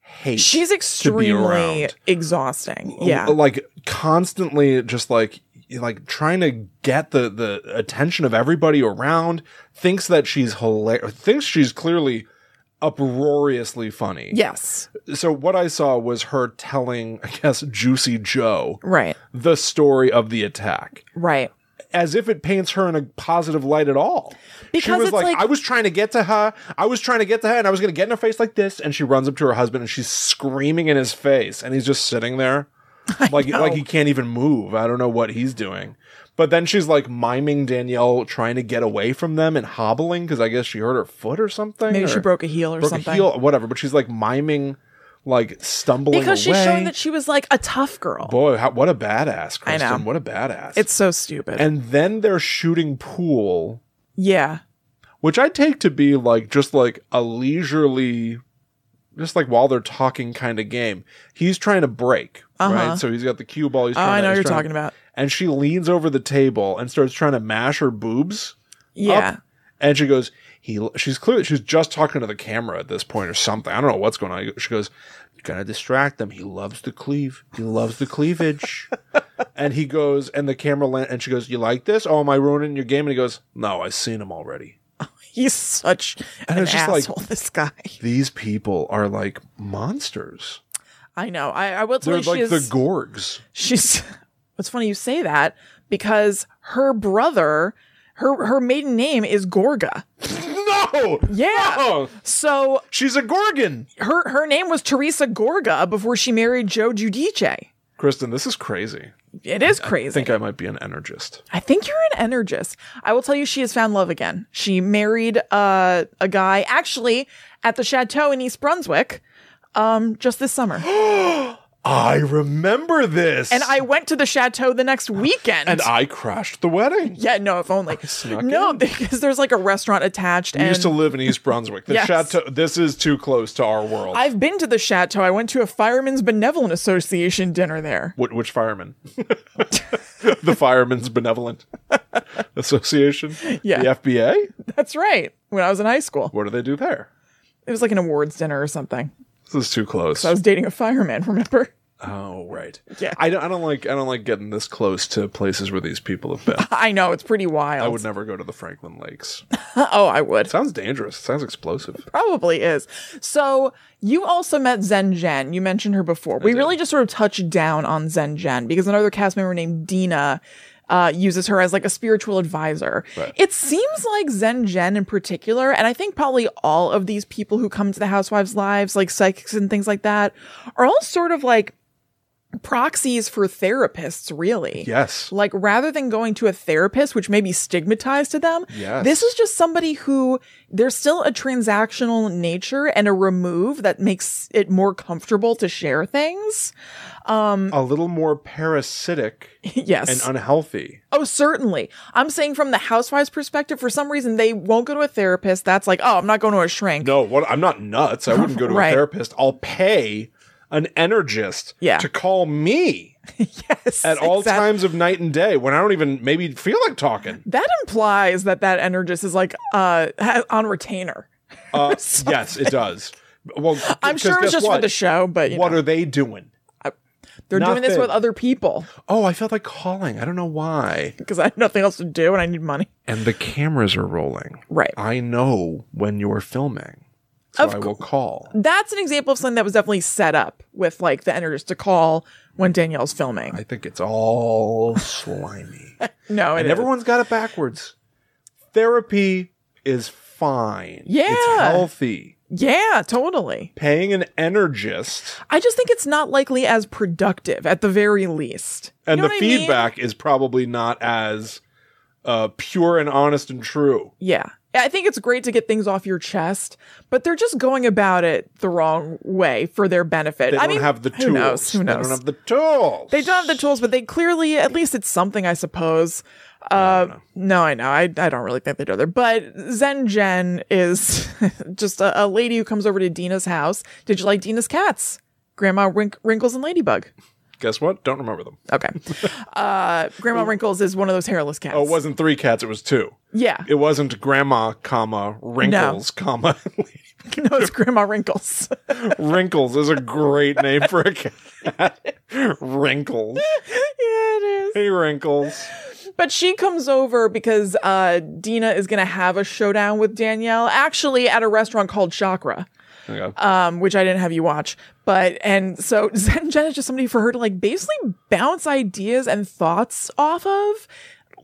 Speaker 2: hate.
Speaker 1: She's extremely
Speaker 2: around. Oh,
Speaker 1: exhausting. Yeah.
Speaker 2: like constantly just like like trying to get the the attention of everybody around thinks that she's hilarious thinks she's clearly uproariously funny
Speaker 1: Yes.
Speaker 2: so what i saw was her telling i guess juicy joe
Speaker 1: Right.
Speaker 2: the story of the attack
Speaker 1: Right.
Speaker 2: as if it paints her in a positive light at all she
Speaker 1: Because
Speaker 2: was
Speaker 1: it's
Speaker 2: like,
Speaker 1: like-
Speaker 2: i was trying to get to her i was trying to get to her and i was going to get in her face like this and she runs up to her husband and she's screaming in his face and he's just sitting there like like he can't even move. I don't know what he's doing. But then she's like miming Danielle trying to get away from them and hobbling because I guess she hurt her foot or something.
Speaker 1: Maybe she
Speaker 2: or
Speaker 1: broke a heel or
Speaker 2: broke
Speaker 1: something.
Speaker 2: a heel, whatever. But she's like miming, like stumbling
Speaker 1: because she's
Speaker 2: away.
Speaker 1: showing that she was like a tough girl.
Speaker 2: Boy, how, what a badass,
Speaker 1: I know.
Speaker 2: Kristen! What a badass.
Speaker 1: It's so stupid.
Speaker 2: and then they're shooting pool,
Speaker 1: yeah.
Speaker 2: which I take to be like just like a leisurely. Just like while they're talking, kind of game. He's trying to break,
Speaker 1: Uh-huh.
Speaker 2: right? So he's got the cue ball. He's
Speaker 1: Oh,
Speaker 2: trying
Speaker 1: I
Speaker 2: to-
Speaker 1: know what
Speaker 2: he's
Speaker 1: you're
Speaker 2: trying to-
Speaker 1: talking about.
Speaker 2: and she leans over the table and starts trying to mash her boobs
Speaker 1: Yeah.
Speaker 2: up. And she goes, he. She's clearly she's just talking to the camera at this point or something. I don't know what's going on. She goes, gotta distract them. He loves the cleave. He loves the cleavage. and he goes, and the camera lan- and she goes, you like this? Oh, am I ruining your game? And he goes, no, I've seen him already.
Speaker 1: He's such
Speaker 2: And
Speaker 1: an
Speaker 2: it's just like-
Speaker 1: asshole, this guy.
Speaker 2: These people are like monsters.
Speaker 1: I know. I, I will tell
Speaker 2: They're
Speaker 1: you
Speaker 2: like
Speaker 1: she's
Speaker 2: the Gorgs.
Speaker 1: she's it's funny you say that because her brother her her maiden name is Gorga.
Speaker 2: no.
Speaker 1: Yeah.
Speaker 2: No!
Speaker 1: So
Speaker 2: She's a Gorgon.
Speaker 1: her her name was Teresa Gorga before she married Joe Giudice.
Speaker 2: Kristen, this is crazy.
Speaker 1: It is
Speaker 2: I
Speaker 1: crazy.
Speaker 2: think I might be an energist.
Speaker 1: I think you're an energist. I will tell you, she has found love again. She married uh, a guy actually at the chateau in East Brunswick um, just this summer.
Speaker 2: I remember this.
Speaker 1: and I went to the chateau the next weekend.
Speaker 2: and I crashed the wedding.
Speaker 1: yeah, no, if only.
Speaker 2: snuck
Speaker 1: No, because there's like a restaurant attached.
Speaker 2: We
Speaker 1: and
Speaker 2: used to live in East Brunswick. The
Speaker 1: Yes.
Speaker 2: chateau. This is too close to our world.
Speaker 1: I've been to the chateau. I went to a Firemen's Benevolent Association dinner there.
Speaker 2: Wh- which fireman? the Firemen's Benevolent Association.
Speaker 1: Yeah.
Speaker 2: The FBA.
Speaker 1: That's right. When I was in high school,
Speaker 2: What do they do there?
Speaker 1: it was like an awards dinner or something.
Speaker 2: This is too close.
Speaker 1: I was dating a fireman, remember?
Speaker 2: Oh right.
Speaker 1: Yeah.
Speaker 2: I don't. I don't like. I don't like getting this close to places where these people have been.
Speaker 1: I know, it's pretty
Speaker 2: I
Speaker 1: wild.
Speaker 2: would never go to the Franklin Lakes.
Speaker 1: oh, I would.
Speaker 2: Sounds dangerous. Sounds explosive.
Speaker 1: probably is. So you also met Zen Jen. You mentioned her before. we really just sort of touched down on Zen Jen because another cast member named Dina uh, uses her as like a spiritual advisor. It seems like Zen Jen in particular, and I think probably all of these people who come to the housewives' lives, like psychics and things like that, are all sort of like proxies for therapists, really.
Speaker 2: Yes.
Speaker 1: Like rather than going to a therapist, which may be stigmatized to them,
Speaker 2: Yes.
Speaker 1: this is just somebody who there's still a transactional nature and a remove that makes it more comfortable to share things.
Speaker 2: A little more parasitic
Speaker 1: Mm. yes.
Speaker 2: and uh, unhealthy.
Speaker 1: oh, certainly. I'm saying from the housewives perspective, for some reason they won't go to a therapist. That's like, oh, I'm not going to a shrink.
Speaker 2: No, what I'm not nuts. I wouldn't go to
Speaker 1: Right.
Speaker 2: a therapist. I'll pay an energist
Speaker 1: Yeah.
Speaker 2: to call me.
Speaker 1: yes.
Speaker 2: at all
Speaker 1: exactly.
Speaker 2: times of night and day when I don't even maybe feel like talking.
Speaker 1: That implies that that energist is like uh ha- on retainer.
Speaker 2: Uh,
Speaker 1: Something.
Speaker 2: yes, it does. Well, c-
Speaker 1: I'm
Speaker 2: 'cause
Speaker 1: sure
Speaker 2: guess
Speaker 1: it's just
Speaker 2: what?
Speaker 1: for the show, but you
Speaker 2: What
Speaker 1: know,
Speaker 2: are they doing?
Speaker 1: they're doing this
Speaker 2: nothing.
Speaker 1: with other people
Speaker 2: Oh, I felt like calling. I don't know why.
Speaker 1: because I have nothing else to do and I need money.
Speaker 2: And the cameras are rolling.
Speaker 1: Right.
Speaker 2: I know when you're filming, so
Speaker 1: Of
Speaker 2: I will call.
Speaker 1: That's an example of something that was definitely set up with like the energist to call when Danielle's filming.
Speaker 2: I think it's all slimy.
Speaker 1: no, it
Speaker 2: and
Speaker 1: is.
Speaker 2: everyone's got it backwards. Therapy is fine. It's
Speaker 1: Yeah.
Speaker 2: healthy.
Speaker 1: Yeah, totally.
Speaker 2: Paying an energist
Speaker 1: I just think it's not likely as productive at the very least. You
Speaker 2: and
Speaker 1: know
Speaker 2: the
Speaker 1: what I mean?
Speaker 2: feedback is probably not as uh, pure and honest and true.
Speaker 1: Yeah. I think it's great to get things off your chest, but they're just going about it the wrong way for their benefit.
Speaker 2: They
Speaker 1: I
Speaker 2: don't
Speaker 1: mean,
Speaker 2: have the tools.
Speaker 1: Who knows? Who
Speaker 2: They
Speaker 1: knows?
Speaker 2: don't have the tools.
Speaker 1: They don't have the tools, but they clearly, at least it's something, I suppose. Uh, no, I know. I, I don't really think they do either. But Zen Jen is just a, a lady who comes over to Dina's house. Did you like Dina's cats? Grandma Wrink- Wrinkles and Ladybug.
Speaker 2: Guess what? Don't remember them.
Speaker 1: Okay. Uh, Grandma Wrinkles is one of those hairless cats.
Speaker 2: Oh, it wasn't three cats. It was two.
Speaker 1: Yeah.
Speaker 2: It wasn't grandma, comma wrinkles, comma
Speaker 1: no, it's Grandma Wrinkles.
Speaker 2: wrinkles is a great name for a cat. wrinkles.
Speaker 1: yeah, it is.
Speaker 2: Hey, wrinkles.
Speaker 1: But she comes over because uh, Dina is going to have a showdown with Danielle, actually at a restaurant called Chakra,
Speaker 2: Okay.
Speaker 1: um, which I didn't have you watch. But, and so Zen Jen is just somebody for her to like basically bounce ideas and thoughts off of,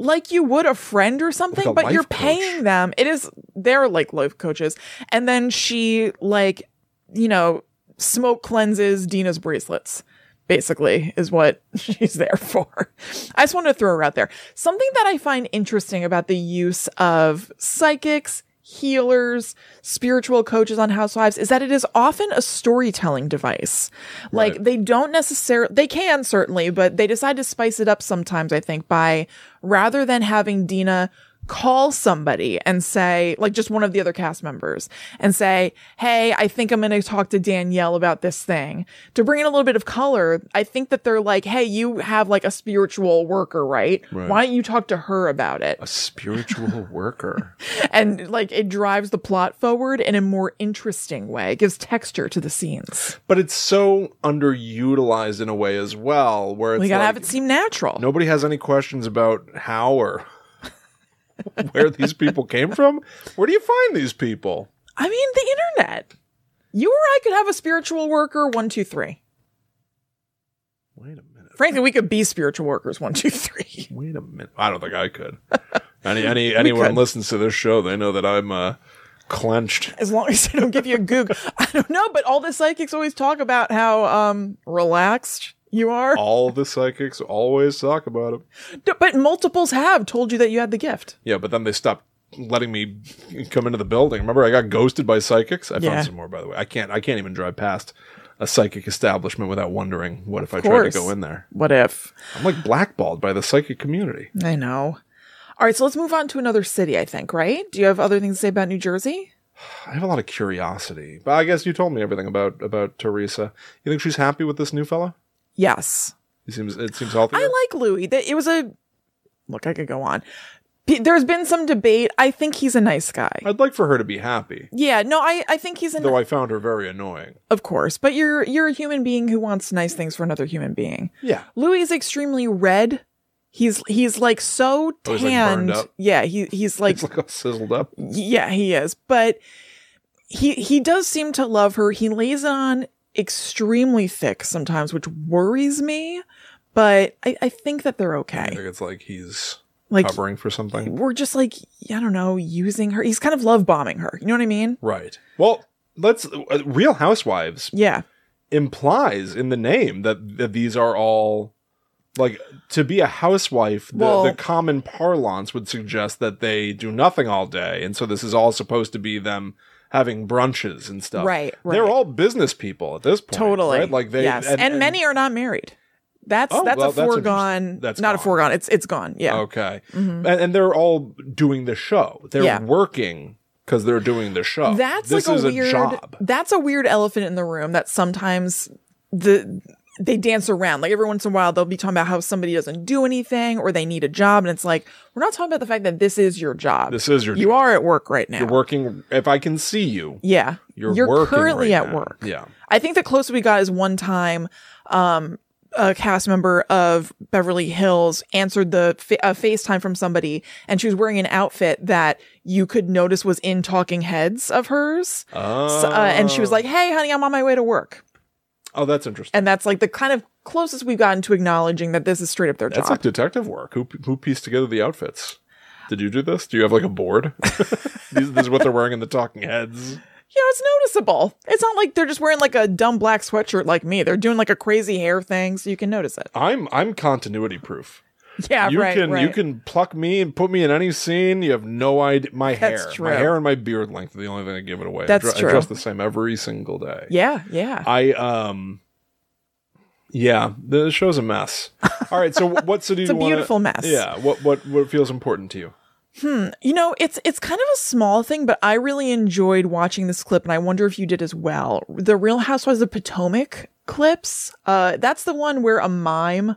Speaker 1: like you would a friend or something,
Speaker 2: Like a
Speaker 1: but you're
Speaker 2: life coach.
Speaker 1: paying them. It is, they're like life coaches. And then she, like, you know, smoke cleanses Dina's bracelets basically is what she's there for. I just wanted to throw her out there. Something that I find interesting about the use of psychics, healers, spiritual coaches on housewives is that it is often a storytelling device. Like
Speaker 2: Right.
Speaker 1: they don't necessarily they can certainly, but they decide to spice it up sometimes I think by rather than having Dina call somebody and say like just one of the other cast members and say hey i think i'm going to talk to danielle about this thing to bring in a little bit of color i think that they're like hey you have like a spiritual worker right,
Speaker 2: Right.
Speaker 1: why don't you talk to her about it
Speaker 2: a spiritual worker.
Speaker 1: and like it drives the plot forward in a more interesting way it gives texture to the scenes
Speaker 2: But it's so underutilized in a way as well, where it's
Speaker 1: we gotta
Speaker 2: like,
Speaker 1: have it seem natural
Speaker 2: nobody has any questions about how or where these people came from. Where do you find these people?
Speaker 1: i mean the internet you or i could have a spiritual worker one two three
Speaker 2: Wait a minute.
Speaker 1: frankly we could be spiritual workers one two three
Speaker 2: Wait a minute. I don't think I could. Any any anyone
Speaker 1: could.
Speaker 2: listens to this show, they know that I'm uh, clenched.
Speaker 1: as long as they don't give you a goog. I don't know, but all the psychics always talk about how um relaxed you are.
Speaker 2: All the psychics always talk about it.
Speaker 1: D- But multiples have told you that you had the gift.
Speaker 2: Yeah, but then they stopped letting me come into the building. Remember, I got ghosted by psychics. I
Speaker 1: Yeah.
Speaker 2: found some more, by the way. I can't. I can't even drive past a psychic establishment without wondering what if I tried
Speaker 1: course.
Speaker 2: to go in there.
Speaker 1: What if?
Speaker 2: I'm like blackballed by the psychic community.
Speaker 1: I know. All right, so let's move on to another city, I think, right? Do you have other things to say about New Jersey?
Speaker 2: I have a lot of curiosity, but I guess you told me everything about about Teresa. You think she's happy with this new fella?
Speaker 1: Yes.
Speaker 2: He seems. It seems healthy.
Speaker 1: I like Louis. That it was a look, I could go on. P- There's been some debate. I think he's a nice guy.
Speaker 2: I'd like for her to be happy,
Speaker 1: Yeah, no, I, I think he's an
Speaker 2: though I found her very annoying.
Speaker 1: of course, but you're you're a human being who wants nice things for another human being.
Speaker 2: Yeah.
Speaker 1: Louis is extremely red. He's he's like so
Speaker 2: Oh, he's, like, burned
Speaker 1: tanned.
Speaker 2: up.
Speaker 1: yeah, he he's like
Speaker 2: It's like all sizzled up.
Speaker 1: yeah, he is. But he he does seem to love her. He lays it on extremely thick sometimes, which worries me. But I, I think that they're
Speaker 2: I
Speaker 1: okay.
Speaker 2: think it's like he's
Speaker 1: Like
Speaker 2: covering for something.
Speaker 1: we're just like I don't know, using her. He's kind of love bombing her. You know what I mean?
Speaker 2: Right. Well, let's. Uh, Real Housewives
Speaker 1: Yeah.
Speaker 2: implies in the name that, that these are all like to be a housewife. The,
Speaker 1: Well-
Speaker 2: the common parlance would suggest that they do nothing all day, and so this is all supposed to be them having brunches and stuff.
Speaker 1: Right, right.
Speaker 2: They're all business people at this point.
Speaker 1: Totally.
Speaker 2: Right? Like they.
Speaker 1: yes. And, many are not married. That's
Speaker 2: Oh,
Speaker 1: that's
Speaker 2: well,
Speaker 1: a
Speaker 2: that's interesting.
Speaker 1: foregone.
Speaker 2: That's
Speaker 1: not a
Speaker 2: gone.
Speaker 1: foregone. It's it's gone. Yeah.
Speaker 2: Okay. And, and they're all doing the show. They're
Speaker 1: Mm-hmm. Yeah.
Speaker 2: working because they're doing the show.
Speaker 1: That's
Speaker 2: Oh, this
Speaker 1: like
Speaker 2: is
Speaker 1: a weird.
Speaker 2: job.
Speaker 1: That's a weird elephant in the room that sometimes the they dance around. Like every once in a while, they'll be talking about how somebody doesn't do anything or they need a job. And it's like, we're not talking about the fact that this is your job.
Speaker 2: This is your
Speaker 1: you are at work right now.
Speaker 2: You're working. If I can see you,
Speaker 1: yeah.
Speaker 2: you're, working
Speaker 1: currently
Speaker 2: right
Speaker 1: at
Speaker 2: now.
Speaker 1: work.
Speaker 2: Yeah.
Speaker 1: I think the closest we got is one time, um, a cast member of Beverly Hills answered the fa- a FaceTime from somebody, and she was wearing an outfit that you could notice was in Talking Heads of hers.
Speaker 2: Oh.
Speaker 1: So, uh, and she was like, "Hey, honey, I'm on my way to work,"
Speaker 2: "Oh, that's interesting.
Speaker 1: and that's like the kind of closest we've gotten to acknowledging that this is straight up their
Speaker 2: That's
Speaker 1: job.
Speaker 2: like detective work. Who who pieced together the outfits? Did you do this? Do you have like a board? These, this is what they're wearing in the Talking Heads.
Speaker 1: you know, it's noticeable. It's not like they're just wearing like a dumb black sweatshirt like me. They're doing like a crazy hair thing, so you can notice it.
Speaker 2: I'm I'm continuity proof.
Speaker 1: Yeah,
Speaker 2: you
Speaker 1: Uh, right.
Speaker 2: can
Speaker 1: right.
Speaker 2: you can pluck me and put me in any scene. You have no idea. My
Speaker 1: That's
Speaker 2: hair,
Speaker 1: true.
Speaker 2: my hair, and my beard length are the only thing I give it away.
Speaker 1: That's
Speaker 2: I, dre-
Speaker 1: true.
Speaker 2: I dress the same every single day.
Speaker 1: Yeah, yeah.
Speaker 2: I um, yeah, the show's a mess. All right, so wh- what city?
Speaker 1: It's a
Speaker 2: do you wanna-
Speaker 1: beautiful mess.
Speaker 2: Yeah. What what what feels important to you?
Speaker 1: You know, it's it's kind of a small thing, but I really enjoyed watching this clip, and I wonder if you did as well. The Real Housewives of Potomac clips. Uh, that's the one where a mime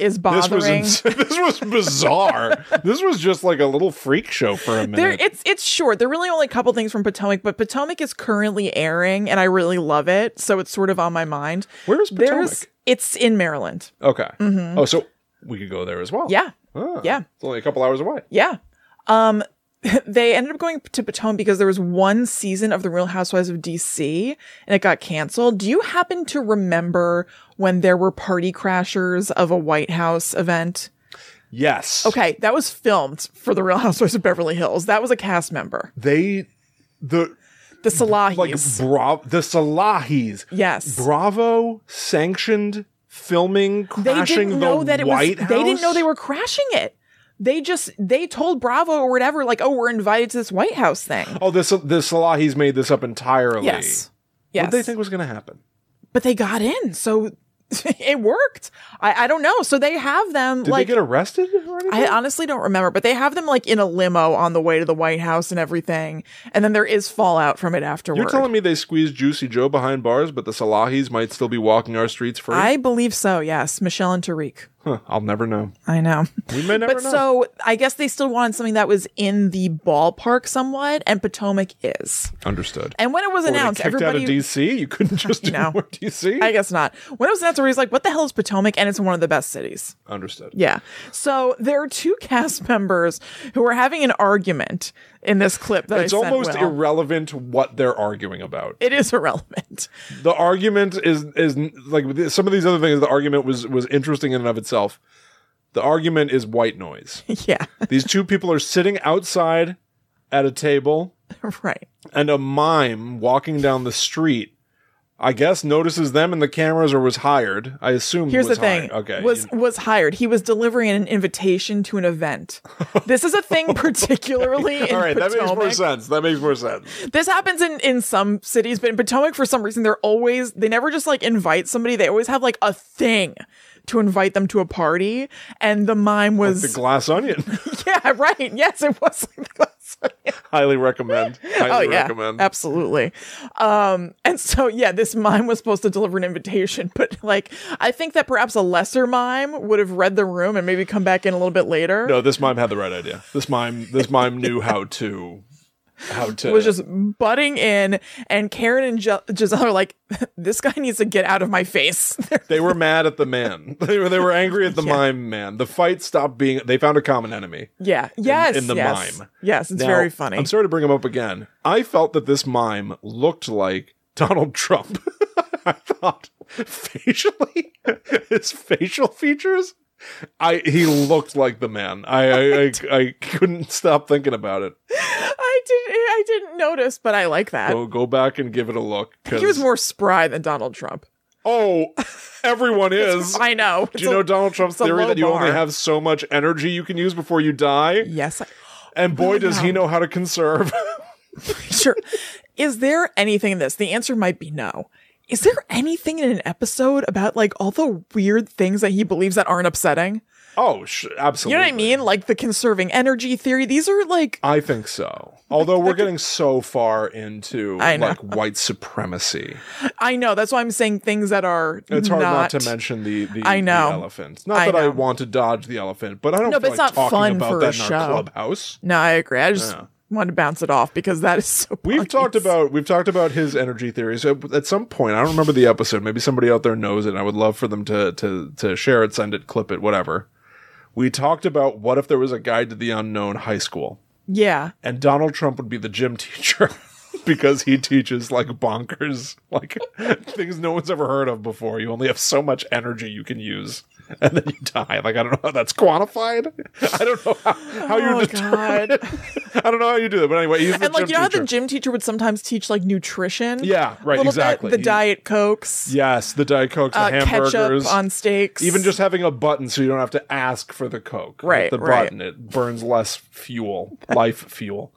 Speaker 1: is
Speaker 2: This was
Speaker 1: bothering.
Speaker 2: ins- this was bizarre. this was just like a little freak show for a
Speaker 1: there,
Speaker 2: minute.
Speaker 1: it's it's short. There are really only a couple things from Potomac, but Potomac is currently airing, and I really love it. So it's sort of on my mind.
Speaker 2: Where's Potomac?
Speaker 1: There's it's in Maryland.
Speaker 2: okay. Oh, so we could go there as well.
Speaker 1: Mm-hmm. Yeah,
Speaker 2: Ah,
Speaker 1: yeah.
Speaker 2: It's only a couple hours away.
Speaker 1: Yeah. Um, they ended up going to Potomac because there was one season of The Real Housewives of DC and it got canceled. Do you happen to remember when there were party crashers of a White House event?
Speaker 2: Yes.
Speaker 1: Okay, that was filmed for The Real Housewives of Beverly Hills. That was a cast member,
Speaker 2: They the
Speaker 1: the
Speaker 2: like
Speaker 1: Salahis.
Speaker 2: bra- the Salahis.
Speaker 1: yes.
Speaker 2: Bravo sanctioned filming
Speaker 1: they
Speaker 2: crashing
Speaker 1: didn't know
Speaker 2: the
Speaker 1: that it
Speaker 2: White
Speaker 1: was
Speaker 2: House.
Speaker 1: they didn't know they were crashing it. They just they told Bravo or whatever like, "Oh, we're invited to this White House thing."
Speaker 2: Oh, this the Salahis made this up entirely.
Speaker 1: Yes.
Speaker 2: What
Speaker 1: Yes.
Speaker 2: did they think was going to happen?
Speaker 1: but they got in, so it worked. I, I don't know. So they have them
Speaker 2: Did
Speaker 1: like
Speaker 2: they get arrested or anything?
Speaker 1: I honestly don't remember, but they have them like in a limo on the way to the White House and everything, and then there is fallout from it afterward.
Speaker 2: You're telling me they squeezed Juicy Joe behind bars, but the Salahis might still be walking our streets free?
Speaker 1: I believe so. Yes, Michelle and Tariq.
Speaker 2: Huh, I'll never know.
Speaker 1: I know.
Speaker 2: We may never
Speaker 1: But
Speaker 2: know.
Speaker 1: so I guess they still wanted something that was in the ballpark somewhat, and Potomac is.
Speaker 2: Understood.
Speaker 1: And when it was
Speaker 2: Were they
Speaker 1: announced,
Speaker 2: kicked out of
Speaker 1: everybody
Speaker 2: DC? You couldn't just do
Speaker 1: know.
Speaker 2: more DC?
Speaker 1: I guess not. When it was announced, everybody's like, "What the hell is Potomac?" And it's one of the best cities.
Speaker 2: Understood.
Speaker 1: Yeah. So there are two cast members who are having an argument in this clip that
Speaker 2: It's
Speaker 1: I sent
Speaker 2: almost
Speaker 1: Will.
Speaker 2: irrelevant what they're arguing about.
Speaker 1: it is irrelevant.
Speaker 2: the argument is is like with this- some of these other things. The argument was was interesting in and of itself. The argument is white noise.
Speaker 1: yeah.
Speaker 2: these two people are sitting outside at a table,
Speaker 1: right.
Speaker 2: and a mime walking down the street. I guess notices them in the cameras or was hired. I assume
Speaker 1: Here's
Speaker 2: was
Speaker 1: the thing.
Speaker 2: hired. Okay,
Speaker 1: Was was hired. He was delivering an invitation to an event. this is a thing particularly in
Speaker 2: all right. That makes more
Speaker 1: Potomac.
Speaker 2: sense. That makes more sense.
Speaker 1: This happens in in some cities, but in Potomac for some reason they're always they never just like invite somebody. They always have like a thing to invite them to a party and the mime was
Speaker 2: The glass onion.
Speaker 1: yeah, right. Yes, it was like that.
Speaker 2: Highly recommend.
Speaker 1: oh
Speaker 2: Highly
Speaker 1: yeah
Speaker 2: recommend.
Speaker 1: absolutely um and so yeah this mime was supposed to deliver an invitation but like i think that perhaps a lesser mime would have read the room and maybe come back in a little bit later
Speaker 2: No, this mime had the right idea. This mime. This mime knew how to. How to
Speaker 1: was just butting in and karen and Gis- giselle are like this guy needs to get out of my face
Speaker 2: They were mad at the man. They were, they were angry at the mime man. The fight stopped being. They found a common enemy.
Speaker 1: yeah yes
Speaker 2: in the
Speaker 1: yes.
Speaker 2: mime.
Speaker 1: yes it's
Speaker 2: Now,
Speaker 1: very funny
Speaker 2: I'm sorry to bring him up again. I felt that this mime looked like Donald Trump. I thought facially, his facial features. I he looked like the man. I I, I, I couldn't stop thinking about it.
Speaker 1: i didn't i didn't notice but i like that
Speaker 2: Go go back and give it a look. 'cause-
Speaker 1: he was more spry than donald trump
Speaker 2: Oh, everyone is.
Speaker 1: i know
Speaker 2: Do you know Donald Trump's
Speaker 1: a
Speaker 2: theory
Speaker 1: low
Speaker 2: that you only
Speaker 1: bar.
Speaker 2: have so much energy you can use before you die?
Speaker 1: yes I-
Speaker 2: And boy, does he
Speaker 1: Yeah.
Speaker 2: know how to conserve.
Speaker 1: sure. Is there anything in this? The answer might be no. Is there anything in an episode about like all the weird things that he believes that aren't upsetting?
Speaker 2: Oh, sh-
Speaker 1: You know
Speaker 2: absolutely.
Speaker 1: what I mean? Like the conserving energy theory. These are like
Speaker 2: I think so. Although we're getting so far into
Speaker 1: I know.
Speaker 2: like white supremacy,
Speaker 1: I know that's why I'm saying things that are.
Speaker 2: it's hard not,
Speaker 1: not
Speaker 2: to mention the the,
Speaker 1: I know.
Speaker 2: the elephant. Not
Speaker 1: I
Speaker 2: that I
Speaker 1: know.
Speaker 2: want to dodge the elephant, but I don't
Speaker 1: No,
Speaker 2: feel
Speaker 1: but it's
Speaker 2: like
Speaker 1: not
Speaker 2: talking
Speaker 1: fun
Speaker 2: about
Speaker 1: for
Speaker 2: that
Speaker 1: a
Speaker 2: in our
Speaker 1: show.
Speaker 2: clubhouse.
Speaker 1: No, I agree. I just
Speaker 2: Yeah.
Speaker 1: wanted to bounce it off because that is so.
Speaker 2: We've
Speaker 1: bonkers.
Speaker 2: talked about we've talked about his energy theories at at some point. I don't remember the episode. Maybe somebody out there knows it. And I would love for them to to to share it, send it, clip it, whatever. We talked about what if there was a guide to the unknown high school,
Speaker 1: Yeah,
Speaker 2: and Donald Trump would be the gym teacher because he teaches like bonkers, like things no one's ever heard of before. You only have so much energy you can use, and then you die. Like I don't know how that's quantified. I don't know how, how
Speaker 1: Oh,
Speaker 2: you determine.
Speaker 1: God.
Speaker 2: it. I don't know how you do that, but anyway, he's the
Speaker 1: and like
Speaker 2: gym
Speaker 1: you know how
Speaker 2: teacher.
Speaker 1: the gym teacher would sometimes teach like nutrition.
Speaker 2: Yeah, right,
Speaker 1: little
Speaker 2: exactly.
Speaker 1: Bit, the
Speaker 2: He-
Speaker 1: diet cokes,
Speaker 2: Yes, the Diet Cokes, the
Speaker 1: uh,
Speaker 2: hamburgers.
Speaker 1: ketchup on steaks,
Speaker 2: even just having a button so you don't have to ask for the Coke. Hit
Speaker 1: Right,
Speaker 2: The
Speaker 1: right.
Speaker 2: button, it burns less fuel, life fuel.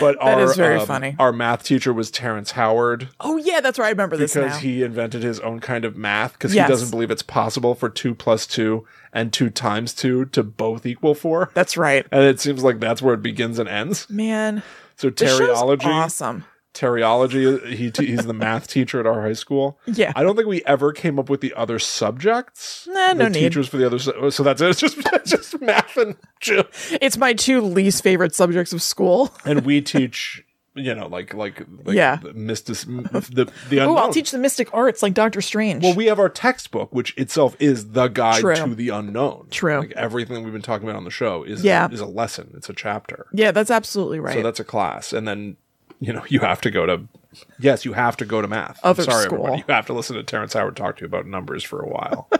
Speaker 2: But
Speaker 1: That
Speaker 2: our,
Speaker 1: is very
Speaker 2: um,
Speaker 1: funny.
Speaker 2: Our math teacher was Terrence Howard
Speaker 1: Oh yeah, that's right. I remember this
Speaker 2: because
Speaker 1: now.
Speaker 2: he invented his own kind of math because
Speaker 1: Yes.
Speaker 2: he doesn't believe it's possible for two plus two and two times two to both equal four.
Speaker 1: that's right.
Speaker 2: And it seems like that's where it begins and ends.
Speaker 1: Man,
Speaker 2: So
Speaker 1: this show's
Speaker 2: teriology,
Speaker 1: awesome.
Speaker 2: teriology. He t- he's the math teacher at our high school.
Speaker 1: Yeah.
Speaker 2: I don't think we ever came up with the other subjects.
Speaker 1: Nah, no
Speaker 2: the
Speaker 1: need.
Speaker 2: Teachers for the other, su- so that's it. It's just it's just math and gym.
Speaker 1: It's my two least favorite subjects of school.
Speaker 2: and we teach. You know, like like, like
Speaker 1: Yeah.
Speaker 2: the mystic the the
Speaker 1: Oh,
Speaker 2: unknown.
Speaker 1: I'll teach the mystic arts like Doctor Strange.
Speaker 2: Well, we have our textbook, which itself is the guide
Speaker 1: True.
Speaker 2: to the unknown.
Speaker 1: True.
Speaker 2: like everything we've been talking about on the show is
Speaker 1: Yeah.
Speaker 2: is a lesson. It's a chapter.
Speaker 1: yeah, that's absolutely right.
Speaker 2: So that's a class, and then you know you have to go to. Yes, you have to go to math. I'm
Speaker 1: Other
Speaker 2: sorry,
Speaker 1: school.
Speaker 2: everybody. You have to listen to Terrence Howard talk to you about numbers for a while.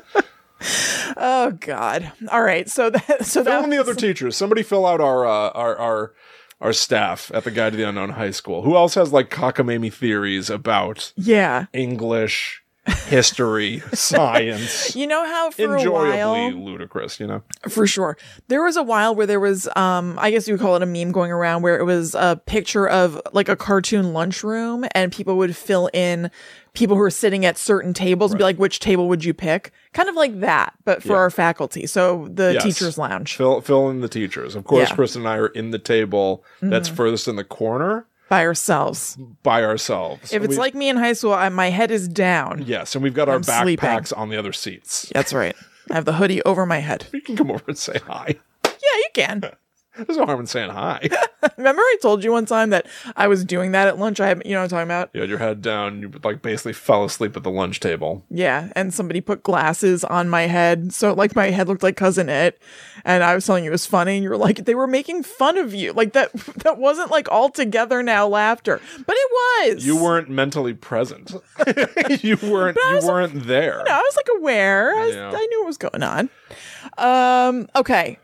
Speaker 1: oh God. All right. So that so
Speaker 2: fill
Speaker 1: that
Speaker 2: in the other teachers. Somebody fill out our uh, our our our staff at the Guide to the Unknown High School. Who else has like cockamamie theories about
Speaker 1: yeah.
Speaker 2: English, history, science?
Speaker 1: You know how for a while
Speaker 2: Enjoyably ludicrous, you know.
Speaker 1: for sure. There was a while where there was, um, I guess you would call it a meme going around where it was a picture of like a cartoon lunchroom and people would fill in people who were sitting at certain tables and be like, which table would you pick? Kind of like that, but for our faculty. So the
Speaker 2: Yes.
Speaker 1: teacher's lounge
Speaker 2: Fill fill in the teachers. Of course,
Speaker 1: Yeah. Mm-hmm.
Speaker 2: Kristen and I are in the table that's furthest in the corner
Speaker 1: by ourselves.
Speaker 2: by ourselves.
Speaker 1: If
Speaker 2: And
Speaker 1: it's
Speaker 2: we-
Speaker 1: like me in high school, I, my head is down.
Speaker 2: yes, and we've got our
Speaker 1: I'm
Speaker 2: backpacks
Speaker 1: sleeping.
Speaker 2: on the other seats.
Speaker 1: That's right. I have the hoodie over my head.
Speaker 2: You can come over and say hi.
Speaker 1: Yeah, you can.
Speaker 2: There's no harm in saying hi.
Speaker 1: Remember, I told you one time that I was doing that at lunch. I, you know, what I'm talking about.
Speaker 2: you had your head down. You like basically fell asleep at the lunch table.
Speaker 1: Yeah, and somebody put glasses on my head, so like my head looked like cousin it, and I was telling you it was funny, and you were like, they were making fun of you, like that. That wasn't like all together now laughter, but it was.
Speaker 2: You weren't mentally present. you weren't. You weren't there.
Speaker 1: I was like aware. I, was-
Speaker 2: Yeah.
Speaker 1: I knew what was going on. Um. Okay.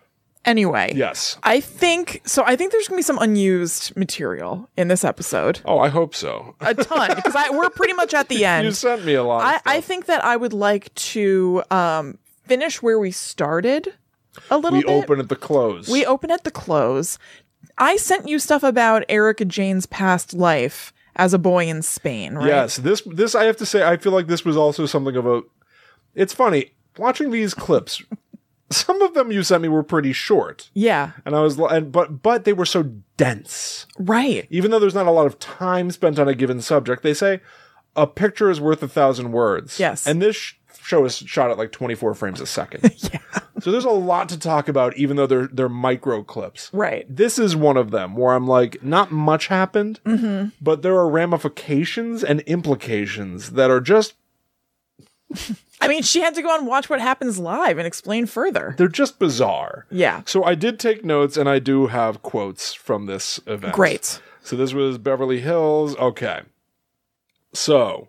Speaker 1: Anyway.
Speaker 2: Yes.
Speaker 1: I think so. I think there's gonna be some unused material in this episode,
Speaker 2: Oh, I hope so.
Speaker 1: a ton, because I we're pretty much at the end.
Speaker 2: You sent me a lot. of
Speaker 1: I, I
Speaker 2: stuff.
Speaker 1: think that I would like to um, finish where we started a little
Speaker 2: we
Speaker 1: bit.
Speaker 2: open at the close.
Speaker 1: we open at the close. I sent you stuff about Erica Jane's past life as a boy in Spain, right?
Speaker 2: Yes. This. This. I have to say. I feel like this was also something of a. It's funny watching these clips. Some of them you sent me were pretty short,
Speaker 1: Yeah,
Speaker 2: and I was li- and but but they were so dense.
Speaker 1: right.
Speaker 2: even though there's not a lot of time spent on a given subject, they say a picture is worth a thousand words.
Speaker 1: Yes.
Speaker 2: And this sh- show is shot at like 24 frames a second. yeah. So there's a lot to talk about, even though they're they're micro clips.
Speaker 1: Right.
Speaker 2: This is one of them where I'm like, not much happened,
Speaker 1: Mm-hmm.
Speaker 2: but there are ramifications and implications that are just
Speaker 1: I mean, she had to go on Watch What Happens Live and explain further.
Speaker 2: they're just bizarre.
Speaker 1: Yeah.
Speaker 2: So I did take notes, and I do have quotes from this event.
Speaker 1: Great.
Speaker 2: So this was Beverly Hills. Okay. So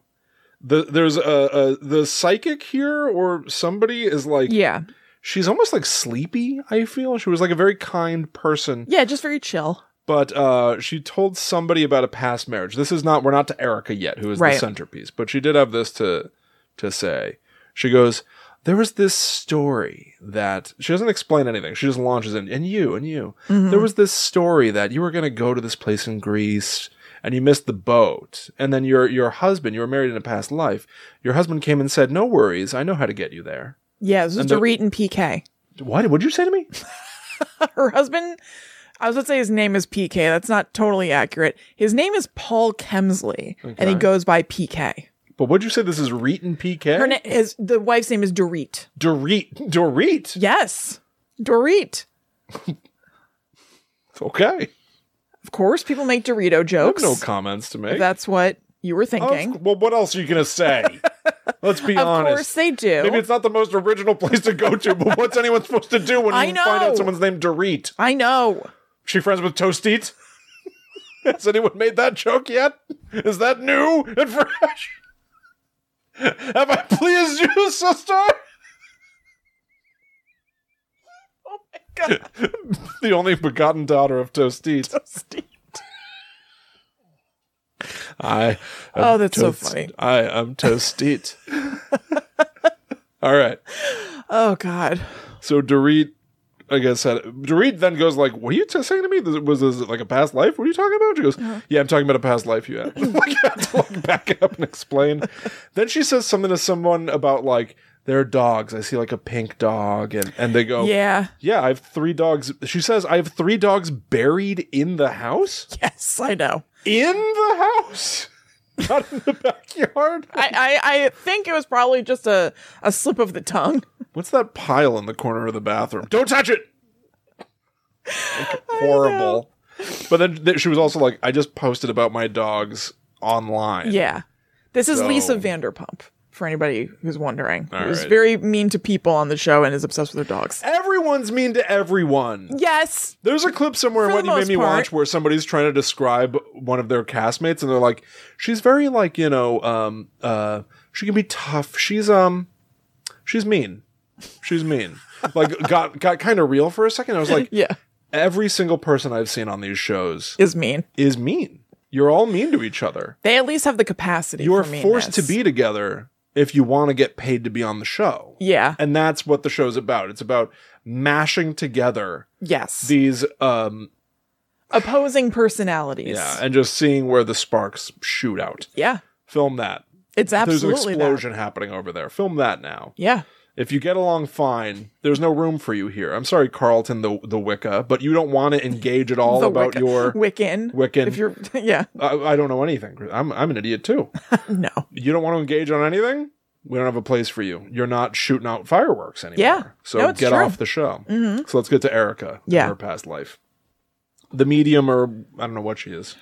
Speaker 2: the, there's a, a the psychic here, or somebody is like
Speaker 1: Yeah.
Speaker 2: she's almost like sleepy. I feel she was like a very kind person,
Speaker 1: Yeah, just very chill.
Speaker 2: but uh, she told somebody about a past marriage. This is not we're not to Erica yet, who is
Speaker 1: Right.
Speaker 2: the centerpiece, but she did have this to to say. She goes. There was this story that she doesn't explain anything. She just launches in, and you, and you
Speaker 1: Mhm.
Speaker 2: there was this story that you were going to go to this place in Greece and you missed the boat and then your your husband you were married in a past life your husband came and said no worries i know how to get you there
Speaker 1: yeah, this was
Speaker 2: and the-
Speaker 1: Dorit and PK.
Speaker 2: What? What'd you say to me?
Speaker 1: Her husband, I was going to say his name is PK. That's not totally accurate. His name is Paul Kemsley, and
Speaker 2: Okay.
Speaker 1: he goes by PK.
Speaker 2: But what'd you say? This is Reet and PK.
Speaker 1: Her na- his, the wife's name is Dorit.
Speaker 2: Dorit. Dorit.
Speaker 1: Yes, Dorit.
Speaker 2: Okay.
Speaker 1: Of course, people make Dorito
Speaker 2: I have
Speaker 1: jokes.
Speaker 2: no comments to make.
Speaker 1: That's what you were
Speaker 2: Oh,
Speaker 1: thinking.
Speaker 2: well, what else are you gonna say? Let's be
Speaker 1: of
Speaker 2: honest.
Speaker 1: course, they do.
Speaker 2: Maybe it's not the most original place to go to, but what's anyone supposed to do when
Speaker 1: I
Speaker 2: you find
Speaker 1: know.
Speaker 2: out someone's named Dorit?
Speaker 1: I know.
Speaker 2: She friends with Toastit? Has anyone made that joke yet? Is that new and fresh? Have I pleased you, sister?
Speaker 1: Oh my god,
Speaker 2: The only begotten daughter of Toastit.
Speaker 1: Steve.
Speaker 2: I.
Speaker 1: Oh, that's so funny.
Speaker 2: I am Toastit. All right.
Speaker 1: Oh god.
Speaker 2: So Dorit, I guess, had, Dorit then goes like, "What are you t- saying to me? This- Was this like a past life? What are you talking about?" She goes, "Yeah, I'm talking about a past life you had." like, I have to like back it up and explain. then she says something to someone about like their dogs. I see like a pink dog, and and they go,
Speaker 1: Yeah.
Speaker 2: "Yeah, I have three dogs." She says, "I have three dogs buried in the house.
Speaker 1: Yes, I know.
Speaker 2: In the house." Not in the backyard.
Speaker 1: I, I, I think it was probably just a, a slip of the tongue.
Speaker 2: What's that pile in the corner of the bathroom? Don't touch it. Like, horrible. But then th- she was also like, I just posted about my dogs online.
Speaker 1: Yeah. This is
Speaker 2: So-
Speaker 1: Lisa Vanderpump, for anybody who's wondering.
Speaker 2: All
Speaker 1: who's
Speaker 2: right.
Speaker 1: very mean to people on the show and is obsessed with their dogs.
Speaker 2: Everyone's mean to everyone.
Speaker 1: Yes.
Speaker 2: There's a clip somewhere in
Speaker 1: For
Speaker 2: what
Speaker 1: the
Speaker 2: you made
Speaker 1: most
Speaker 2: me
Speaker 1: part.
Speaker 2: watch where somebody's trying to describe one of their castmates, and they're like, "She's very like you know, um, uh, she can be tough. She's um, she's mean. She's mean." like got got kind of real for a second. I was like,
Speaker 1: Yeah.
Speaker 2: every single person I've seen on these shows
Speaker 1: Is mean.
Speaker 2: is mean. You're all mean to each other.
Speaker 1: They at least have the capacity.
Speaker 2: You're
Speaker 1: for
Speaker 2: forced to
Speaker 1: meanness.
Speaker 2: be together if you want to get paid to be on the show.
Speaker 1: Yeah.
Speaker 2: And that's what the show's about. It's about mashing together
Speaker 1: Yes.
Speaker 2: these um
Speaker 1: Opposing personalities.
Speaker 2: yeah, and just seeing where the sparks shoot out.
Speaker 1: Yeah.
Speaker 2: Film that.
Speaker 1: It's
Speaker 2: There's an
Speaker 1: absolutely that.
Speaker 2: explosion happening over there. Film that now.
Speaker 1: Yeah.
Speaker 2: If you get along fine, there's no room for you here. I'm sorry, Carlton the the Wicca, but you don't want to engage at all
Speaker 1: The
Speaker 2: about
Speaker 1: Wicca-
Speaker 2: your
Speaker 1: Wiccan.
Speaker 2: Wiccan.
Speaker 1: If you're, yeah.
Speaker 2: I, I don't know anything. I'm I'm an idiot too.
Speaker 1: No.
Speaker 2: you don't want to engage on anything, we don't have a place for you. You're not shooting out fireworks anymore.
Speaker 1: Yeah.
Speaker 2: So
Speaker 1: No, it's
Speaker 2: get
Speaker 1: true. Mm-hmm.
Speaker 2: off the show. So let's get to Erica. and
Speaker 1: Yeah.
Speaker 2: Her past life. The medium, or I don't know what she is,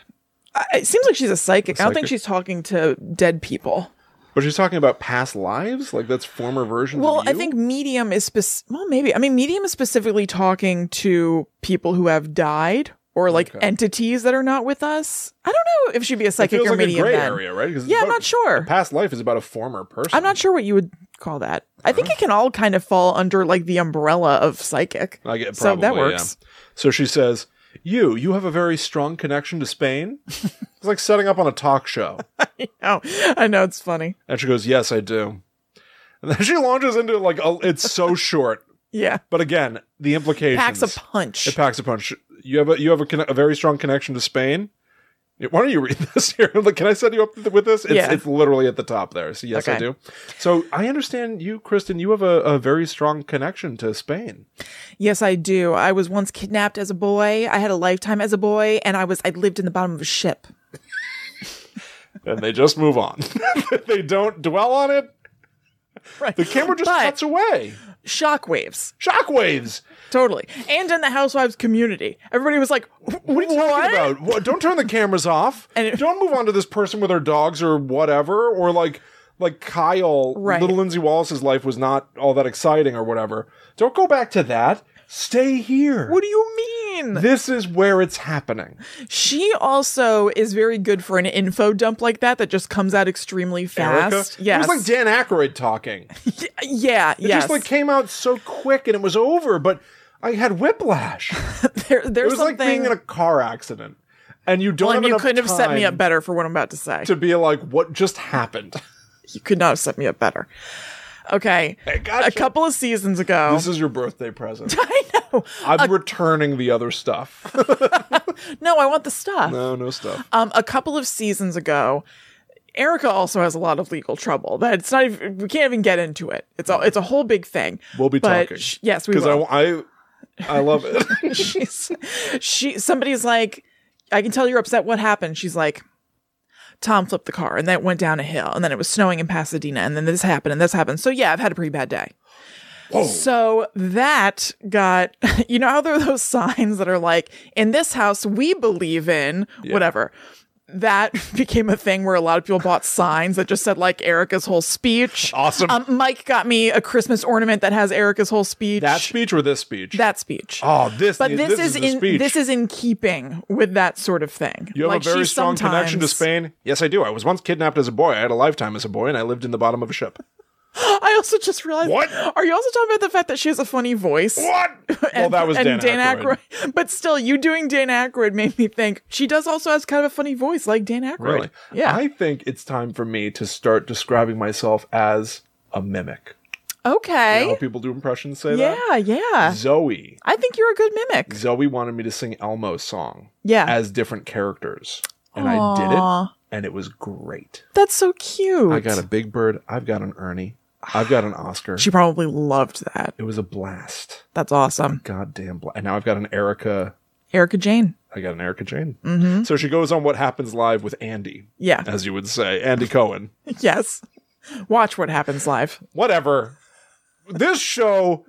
Speaker 1: I- It seems like she's a psychic. I don't think
Speaker 2: Psychic.
Speaker 1: she's talking to dead people.
Speaker 2: but she's talking about past lives, like that's former versions.
Speaker 1: Well,
Speaker 2: of you?
Speaker 1: I think medium is spec- well, maybe. I mean, medium is specifically talking to people who have died or like
Speaker 2: Okay.
Speaker 1: entities that are not with us. I don't know if she'd be a
Speaker 2: it
Speaker 1: psychic
Speaker 2: feels
Speaker 1: or
Speaker 2: like a
Speaker 1: medium.
Speaker 2: gray
Speaker 1: then.
Speaker 2: area, right? 'Cause it's
Speaker 1: Yeah, I'm
Speaker 2: about-
Speaker 1: not sure.
Speaker 2: Past life is about a former person.
Speaker 1: I'm not sure what you would call that. I think it can all kind of fall under like the umbrella of psychic.
Speaker 2: I get
Speaker 1: So
Speaker 2: probably,
Speaker 1: that works.
Speaker 2: Yeah. So she says, "You, you have a very strong connection to Spain." it's like setting up on a talk show.
Speaker 1: Oh, I know it's funny.
Speaker 2: And she goes, "Yes, I do." And then she launches into like, a, "It's so short,"
Speaker 1: Yeah,
Speaker 2: but again, the implications.
Speaker 1: packs a punch.
Speaker 2: it packs a punch. You have a you have a, conne- a very strong connection to Spain. Yeah, Why don't you read this here? Like, can I set you up th- with this? It's,
Speaker 1: Yeah.
Speaker 2: it's literally at the top there. So yes, I
Speaker 1: Okay.
Speaker 2: do. So I understand you, Kristen. You have a, a very strong connection to Spain.
Speaker 1: Yes, I do. I was once kidnapped as a boy. I had a lifetime as a boy, and I was I lived in the bottom of a ship.
Speaker 2: and they just move on. they don't dwell on it.
Speaker 1: Right.
Speaker 2: The camera just
Speaker 1: But-
Speaker 2: cuts away.
Speaker 1: Shockwaves.
Speaker 2: Shockwaves.
Speaker 1: Totally. And in the housewives community. Everybody was like,
Speaker 2: What are you
Speaker 1: What?
Speaker 2: talking about? What, don't turn the cameras off.
Speaker 1: And it-
Speaker 2: don't move on to this person with their dogs or whatever, or like like Kyle.
Speaker 1: Right.
Speaker 2: Little Lindsay Wallace's life was not all that exciting or whatever. Don't go back to that. Stay here.
Speaker 1: What do you mean?
Speaker 2: This is where it's happening.
Speaker 1: She also is very good for an info dump like that that just comes out extremely fast.
Speaker 2: Erica.
Speaker 1: Yes.
Speaker 2: It was like Dan Aykroyd talking. It
Speaker 1: yeah, yes.
Speaker 2: just like came out so quick and it was over, but I had whiplash.
Speaker 1: There- there's
Speaker 2: It was
Speaker 1: something
Speaker 2: like being in a car accident, and you don't.
Speaker 1: Well, and
Speaker 2: have
Speaker 1: you
Speaker 2: enough
Speaker 1: couldn't have set me
Speaker 2: time
Speaker 1: up better for what I'm about to say.
Speaker 2: to be like, what just happened?
Speaker 1: you could not have set me up better. Okay.
Speaker 2: I gotcha.
Speaker 1: A couple of seasons ago.
Speaker 2: This is your birthday present.
Speaker 1: I know.
Speaker 2: I'm returning the other stuff.
Speaker 1: No, I want the stuff.
Speaker 2: no, no stuff.
Speaker 1: Um, a couple of seasons ago, Erica also has a lot of legal trouble. That's not even, we can't even get into it. It's a, it's a whole big thing.
Speaker 2: We'll be
Speaker 1: But
Speaker 2: talking.
Speaker 1: sh- yes, we
Speaker 2: because
Speaker 1: will.
Speaker 2: I, I I love it.
Speaker 1: she's she somebody's like i can tell you're upset what happened she's like tom flipped the car and then it went down a hill and then it was snowing in pasadena and then this happened and this happened so yeah i've had a pretty bad day
Speaker 2: Whoa.
Speaker 1: so that got you know how there are those signs that are like in this house we believe in whatever that became a thing where a lot of people bought signs that just said like erica's whole speech
Speaker 2: Awesome.
Speaker 1: um, mike got me a christmas ornament that has erica's whole speech
Speaker 2: that speech or this speech?
Speaker 1: that speech
Speaker 2: oh, this.
Speaker 1: but this, is,
Speaker 2: the
Speaker 1: in
Speaker 2: speech.
Speaker 1: this is in keeping with that sort of thing.
Speaker 2: You have
Speaker 1: Like,
Speaker 2: a very
Speaker 1: she
Speaker 2: strong connection to
Speaker 1: sometimes-
Speaker 2: Spain. Yes, I do. I was once kidnapped as a boy. I had a lifetime as a boy, and I lived in the bottom of a ship.
Speaker 1: I also just realized.
Speaker 2: What?
Speaker 1: are you also talking about the fact that she has a funny voice?
Speaker 2: What? well,
Speaker 1: And-
Speaker 2: that was
Speaker 1: and
Speaker 2: Dan, Aykroyd.
Speaker 1: But still, you doing Dan Aykroyd made me think she does also has kind of a funny voice, like Dan Aykroyd.
Speaker 2: Really?
Speaker 1: Yeah.
Speaker 2: I think it's time for me to start describing myself as a mimic. You know how
Speaker 1: okay.
Speaker 2: people do impressions say
Speaker 1: Yeah,
Speaker 2: that?
Speaker 1: yeah.
Speaker 2: Zoe.
Speaker 1: I think you're a good mimic.
Speaker 2: Zoe wanted me to sing Elmo's song
Speaker 1: Yeah.
Speaker 2: as different characters. And I did it,
Speaker 1: Aw.
Speaker 2: and it was great.
Speaker 1: That's so cute.
Speaker 2: I got a big bird. I've got an Ernie. I've got an Oscar.
Speaker 1: She probably loved that.
Speaker 2: It was a blast.
Speaker 1: That's awesome.
Speaker 2: Goddamn blast. And now I've got an Erica.
Speaker 1: Erica Jane.
Speaker 2: I got an Erica Jane. Mm-hmm. So she goes on What Happens Live with Andy,
Speaker 1: Yeah.
Speaker 2: as you would say. Andy Cohen.
Speaker 1: yes. Watch what happens live.
Speaker 2: Whatever. This show.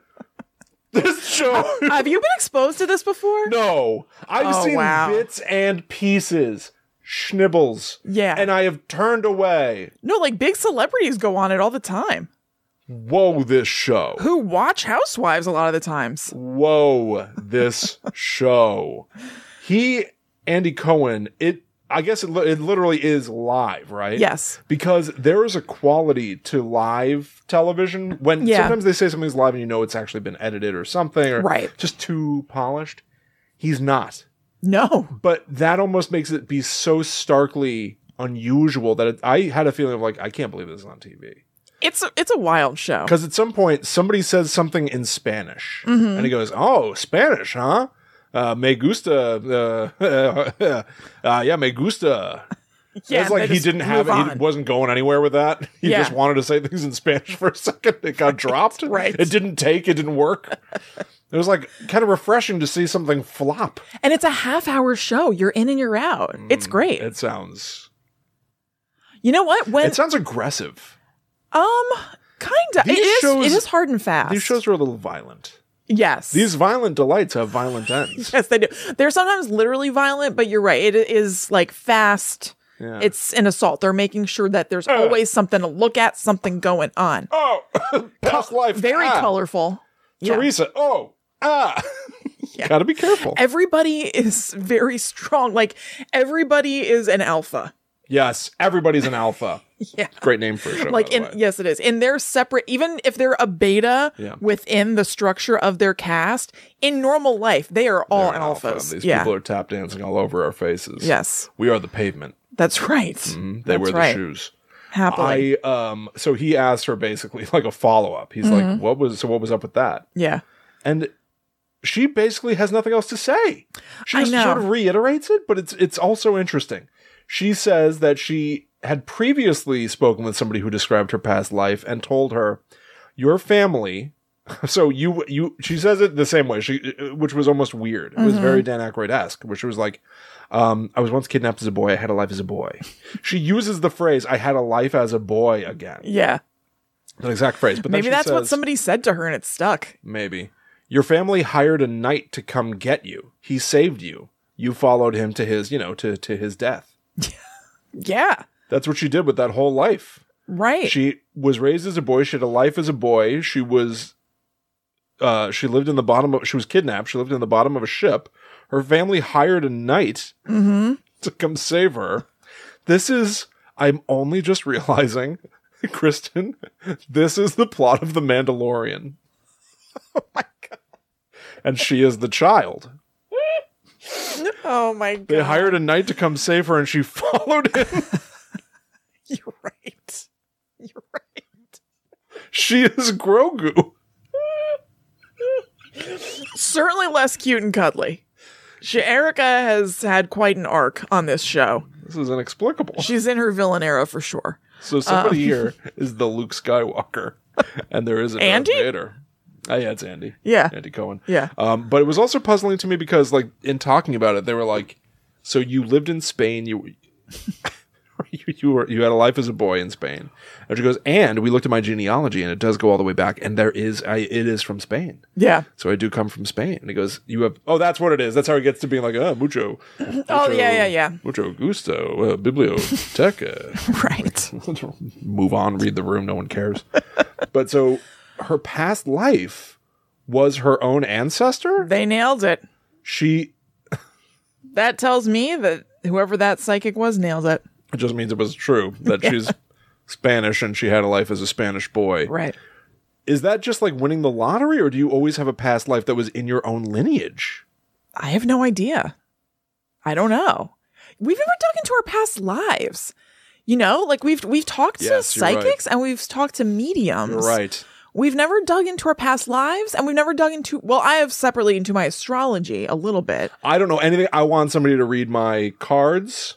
Speaker 2: This show.
Speaker 1: Have you been exposed to this before?
Speaker 2: No. I've
Speaker 1: Oh,
Speaker 2: seen
Speaker 1: wow.
Speaker 2: bits and pieces. Schnibbles.
Speaker 1: Yeah.
Speaker 2: And I have turned away.
Speaker 1: No, like big celebrities go on it all the time.
Speaker 2: Whoa, this show.
Speaker 1: Who watch Housewives a lot of the times.
Speaker 2: whoa this show he andy cohen it i guess it, li- it literally is live right
Speaker 1: Yes.
Speaker 2: because there is a quality to live television when
Speaker 1: Yeah.
Speaker 2: sometimes they say something's live and you know it's actually been edited or something or
Speaker 1: Right.
Speaker 2: just too polished he's not
Speaker 1: No.
Speaker 2: but that almost makes it be so starkly unusual that it, i had a feeling of like i can't believe this is on tv
Speaker 1: It's a, it's a wild show.
Speaker 2: because at some point, somebody says something in Spanish,
Speaker 1: Mm-hmm.
Speaker 2: and he goes, "Oh, Spanish, huh? Uh, me gusta. Uh, uh, yeah, me gusta." it's like
Speaker 1: they
Speaker 2: he
Speaker 1: just
Speaker 2: didn't have it.
Speaker 1: move
Speaker 2: He
Speaker 1: on.
Speaker 2: wasn't going anywhere with that. He
Speaker 1: Yeah.
Speaker 2: just wanted to say things in Spanish for a second. It got dropped.
Speaker 1: right.
Speaker 2: It didn't take. It didn't work. it was like kind of refreshing to see something flop.
Speaker 1: and it's a half hour show. You're in and you're out.
Speaker 2: Mm,
Speaker 1: it's great.
Speaker 2: It sounds.
Speaker 1: you know what? When
Speaker 2: It sounds aggressive.
Speaker 1: um kind of it
Speaker 2: These
Speaker 1: is
Speaker 2: shows-
Speaker 1: it is hard and fast.
Speaker 2: These shows are a little violent.
Speaker 1: Yes.
Speaker 2: These violent delights have violent ends.
Speaker 1: yes, they do. They're sometimes literally violent, but you're right. It is like fast.
Speaker 2: Yeah.
Speaker 1: It's an assault. They're making sure that there's always something to look at, something going on.
Speaker 2: Oh, past life.
Speaker 1: Very
Speaker 2: ah.
Speaker 1: colorful. Yeah.
Speaker 2: Teresa, oh, ah. Gotta be careful.
Speaker 1: everybody is very strong. Like everybody is an alpha.
Speaker 2: yes, everybody's an alpha.
Speaker 1: Yeah.
Speaker 2: Great name for a show.
Speaker 1: Like
Speaker 2: by the
Speaker 1: in
Speaker 2: way.
Speaker 1: yes, it is. In their separate, even if they're a beta
Speaker 2: Yeah.
Speaker 1: within the structure of their cast, in normal life they are all
Speaker 2: They're
Speaker 1: alphas.
Speaker 2: alpha. These
Speaker 1: yeah.
Speaker 2: people are tap dancing all over our faces.
Speaker 1: yes,
Speaker 2: We are the pavement. Mm-hmm.
Speaker 1: that's right.
Speaker 2: They
Speaker 1: That's
Speaker 2: wear the
Speaker 1: right.
Speaker 2: shoes.
Speaker 1: Happily,
Speaker 2: Mm. I um so he asked her basically like a follow up. He's
Speaker 1: Mm-hmm.
Speaker 2: like, What was so what was up with that?
Speaker 1: yeah.
Speaker 2: And she basically has nothing else to say. She
Speaker 1: I
Speaker 2: just
Speaker 1: know.
Speaker 2: sort of reiterates it, but it's it's also interesting. She says that she had previously spoken with somebody who described her past life and told her, "Your family." So you you she says it the same way. She which was almost weird. It
Speaker 1: Mm-hmm.
Speaker 2: was very Dan Aykroyd esque, which was like, um, "I was once kidnapped as a boy. I had a life as a boy." she uses the phrase "I had a life as a boy" again,
Speaker 1: Yeah,
Speaker 2: the exact phrase. But then
Speaker 1: maybe
Speaker 2: she
Speaker 1: that's what
Speaker 2: says-
Speaker 1: somebody said to her and it stuck.
Speaker 2: Maybe. Your family hired a knight to come get you. He saved you. You followed him to his, you know, to, to his death.
Speaker 1: Yeah,
Speaker 2: That's what she did with that whole life.
Speaker 1: right.
Speaker 2: She was raised as a boy. She had a life as a boy. She was, uh, she lived in the bottom of, she was kidnapped. She lived in the bottom of a ship. Her family hired a knight
Speaker 1: Mm-hmm.
Speaker 2: to come save her. This is, I'm only just realizing, Kristen, this is the plot of The Mandalorian.
Speaker 1: oh my god.
Speaker 2: And she is the child.
Speaker 1: Oh my god.
Speaker 2: They hired a knight to come save her, and she followed him.
Speaker 1: You're right. You're right.
Speaker 2: She is Grogu.
Speaker 1: certainly less cute and cuddly. She, Erica has had quite an arc on this show.
Speaker 2: This is inexplicable.
Speaker 1: She's in her villain era for sure.
Speaker 2: So somebody
Speaker 1: Uh.
Speaker 2: here is the Luke Skywalker, and there is a Darth
Speaker 1: Andy?
Speaker 2: Vader. Oh, yeah, it's Andy.
Speaker 1: Yeah.
Speaker 2: Andy Cohen.
Speaker 1: Yeah.
Speaker 2: Um, but it was also puzzling to me because, like, in talking about it, they were like, "So you lived in Spain. You, you, you were you had a life as a boy in Spain." And she goes, "And we looked at my genealogy, and it does go all the way back. And there is, I, it is from Spain.
Speaker 1: Yeah.
Speaker 2: So I do come from Spain." And he goes, "You have, oh, that's what it is. That's how he gets to being like, oh, mucho,
Speaker 1: Oh, yeah, yeah, yeah.
Speaker 2: mucho gusto, uh, biblioteca."
Speaker 1: Right.
Speaker 2: move on, read the room, no one cares. but so her past life was her own ancestor?
Speaker 1: They nailed it.
Speaker 2: She
Speaker 1: That tells me that whoever that psychic was nailed it.
Speaker 2: it just means it was true that she's Spanish and she had a life as a Spanish boy.
Speaker 1: Right.
Speaker 2: Is that just like winning the lottery or do you always have a past life that was in your own lineage?
Speaker 1: I have no idea. I don't know. We've never dug into our past lives. You know, like we've we've talked to
Speaker 2: Yes, you're right.
Speaker 1: psychics and we've talked to mediums.
Speaker 2: You're right.
Speaker 1: We've never dug into our past lives and we've never dug into well, I have separately into my astrology a little bit.
Speaker 2: I don't know anything. I want somebody to read my cards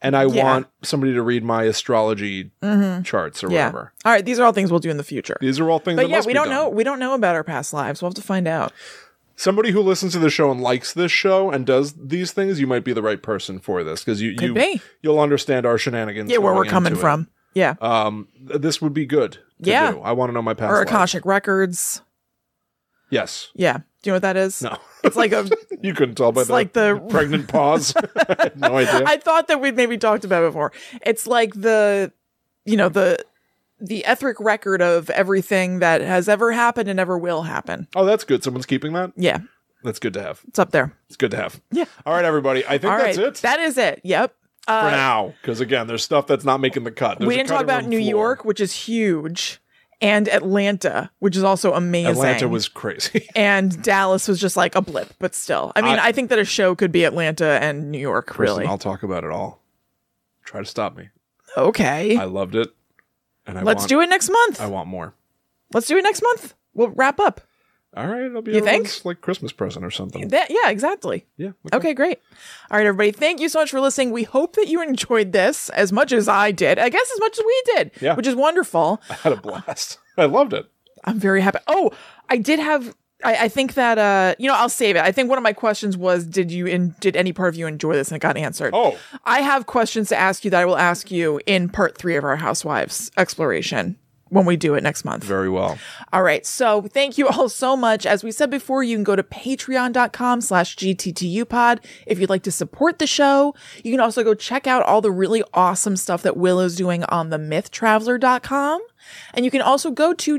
Speaker 2: and I
Speaker 1: Yeah. Mm-hmm.
Speaker 2: want somebody to read my astrology charts or
Speaker 1: Yeah.
Speaker 2: whatever.
Speaker 1: All right, these are all things we'll do in the future.
Speaker 2: These are all things
Speaker 1: But
Speaker 2: that
Speaker 1: yeah,
Speaker 2: must
Speaker 1: we
Speaker 2: be
Speaker 1: don't
Speaker 2: done.
Speaker 1: know we don't know about our past lives. We'll have to find out.
Speaker 2: somebody who listens to the show and likes this show and does these things, you might be the right person for this because you you
Speaker 1: be.
Speaker 2: you'll understand our shenanigans.
Speaker 1: Yeah, where
Speaker 2: going
Speaker 1: we're coming
Speaker 2: into it.
Speaker 1: from. Yeah.
Speaker 2: Um, th- this would be good. to
Speaker 1: Yeah.
Speaker 2: do. I want to know my past.
Speaker 1: or
Speaker 2: life.
Speaker 1: Akashic Records.
Speaker 2: Yes.
Speaker 1: Yeah. Do you know what that is?
Speaker 2: No.
Speaker 1: It's like a
Speaker 2: you couldn't tell by
Speaker 1: It's
Speaker 2: the
Speaker 1: like the-
Speaker 2: pregnant pause. I had no idea.
Speaker 1: I thought that we'd maybe talked about it before. It's like the, you know, the the etheric record of everything that has ever happened and ever will happen.
Speaker 2: oh, that's good. Someone's keeping that.
Speaker 1: Yeah,
Speaker 2: That's good to have.
Speaker 1: it's up there.
Speaker 2: It's good to have.
Speaker 1: Yeah.
Speaker 2: All right, everybody. I think
Speaker 1: All right,
Speaker 2: that's it
Speaker 1: that is it. Yep. Uh,
Speaker 2: for now. Because again, there's stuff that's not making the cut. There's
Speaker 1: we
Speaker 2: a
Speaker 1: didn't
Speaker 2: cutting
Speaker 1: talk about
Speaker 2: room
Speaker 1: New
Speaker 2: floor.
Speaker 1: York, which is huge, and Atlanta, which is also amazing.
Speaker 2: Atlanta was crazy.
Speaker 1: and Dallas was just like a blip, but still. I mean, I,
Speaker 2: I-
Speaker 1: think that a show could be Atlanta and New York,
Speaker 2: Kristen,
Speaker 1: really.
Speaker 2: I'll talk about it all. Try to stop me.
Speaker 1: Okay.
Speaker 2: I loved it. And I
Speaker 1: Let's
Speaker 2: want,
Speaker 1: do it next month.
Speaker 2: I want more.
Speaker 1: Let's do it next month. We'll wrap up.
Speaker 2: All right, it'll be
Speaker 1: You think?
Speaker 2: everyone's, like Christmas present or something.
Speaker 1: That, yeah, exactly.
Speaker 2: Yeah.
Speaker 1: Okay, great. All right, everybody. Thank you so much for listening. We hope that you enjoyed this as much as I did. I guess as much as we did,
Speaker 2: Yeah.
Speaker 1: which is wonderful.
Speaker 2: I had a blast. I loved it.
Speaker 1: I'm very happy. Oh, I did have. I, I think that uh, you know, I'll save it. I think one of my questions was, did you in did any part of you enjoy this? And it got answered.
Speaker 2: Oh.
Speaker 1: I have questions to ask you that I will ask you in part three of our Housewives exploration when we do it next month.
Speaker 2: Very well.
Speaker 1: All right. So thank you all so much. As we said before, you can go to patreon.com slash gttupod if you'd like to support the show. You can also go check out all the really awesome stuff that Willow's doing on the mythtraveler.com. And you can also go to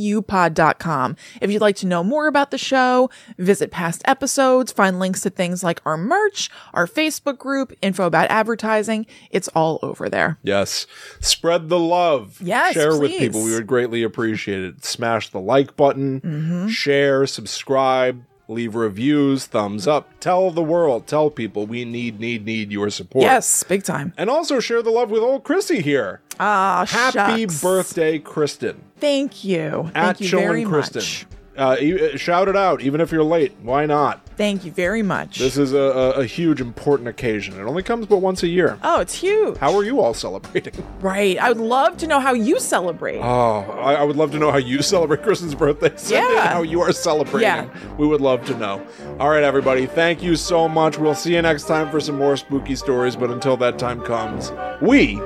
Speaker 1: gttupod.com. If you'd like to know more about the show, visit past episodes, find links to things like our merch, our Facebook group, info about advertising. It's all over there.
Speaker 2: Yes. Spread the love.
Speaker 1: Yes,
Speaker 2: Share with
Speaker 1: please.
Speaker 2: people. We would greatly appreciate it. Smash the like button,
Speaker 1: Mm-hmm.
Speaker 2: share, subscribe, leave reviews, thumbs up. Tell the world. Tell people we need, need, need your support.
Speaker 1: Yes, big time.
Speaker 2: And also share the love with old Chrissy here.
Speaker 1: Ah,
Speaker 2: Happy
Speaker 1: shucks.
Speaker 2: birthday, Kristen.
Speaker 1: Thank you.
Speaker 2: At
Speaker 1: Thank you
Speaker 2: Chillin'
Speaker 1: very
Speaker 2: Kristen.
Speaker 1: much.
Speaker 2: Uh, e- uh, shout it out, even if you're late. Why not?
Speaker 1: Thank you very much.
Speaker 2: This is a, a, a huge, important occasion. It only comes but once a year.
Speaker 1: oh, it's huge.
Speaker 2: How are you all celebrating?
Speaker 1: right. I would love to know how you celebrate.
Speaker 2: Oh, I, I would love to know how you celebrate Kristen's birthday. Send in
Speaker 1: Yeah.
Speaker 2: How you are celebrating.
Speaker 1: Yeah.
Speaker 2: We would love to know. All right, everybody. Thank you so much. We'll see you next time for some more spooky stories. But until that time comes, we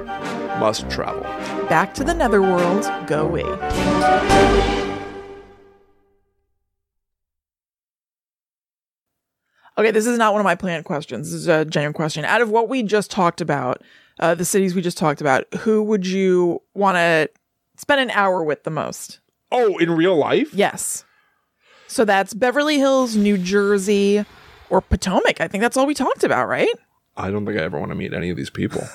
Speaker 2: must travel.
Speaker 1: Back to the netherworld, go we. Okay, this is not one of my planned questions. This is a genuine question. Out of what we just talked about, uh, the cities we just talked about, who would you want to spend an hour with the most?
Speaker 2: Oh, in real life?
Speaker 1: Yes. So that's Beverly Hills, New Jersey, or Potomac. I think that's all we talked about, right?
Speaker 2: I don't think I ever want to meet any of these people.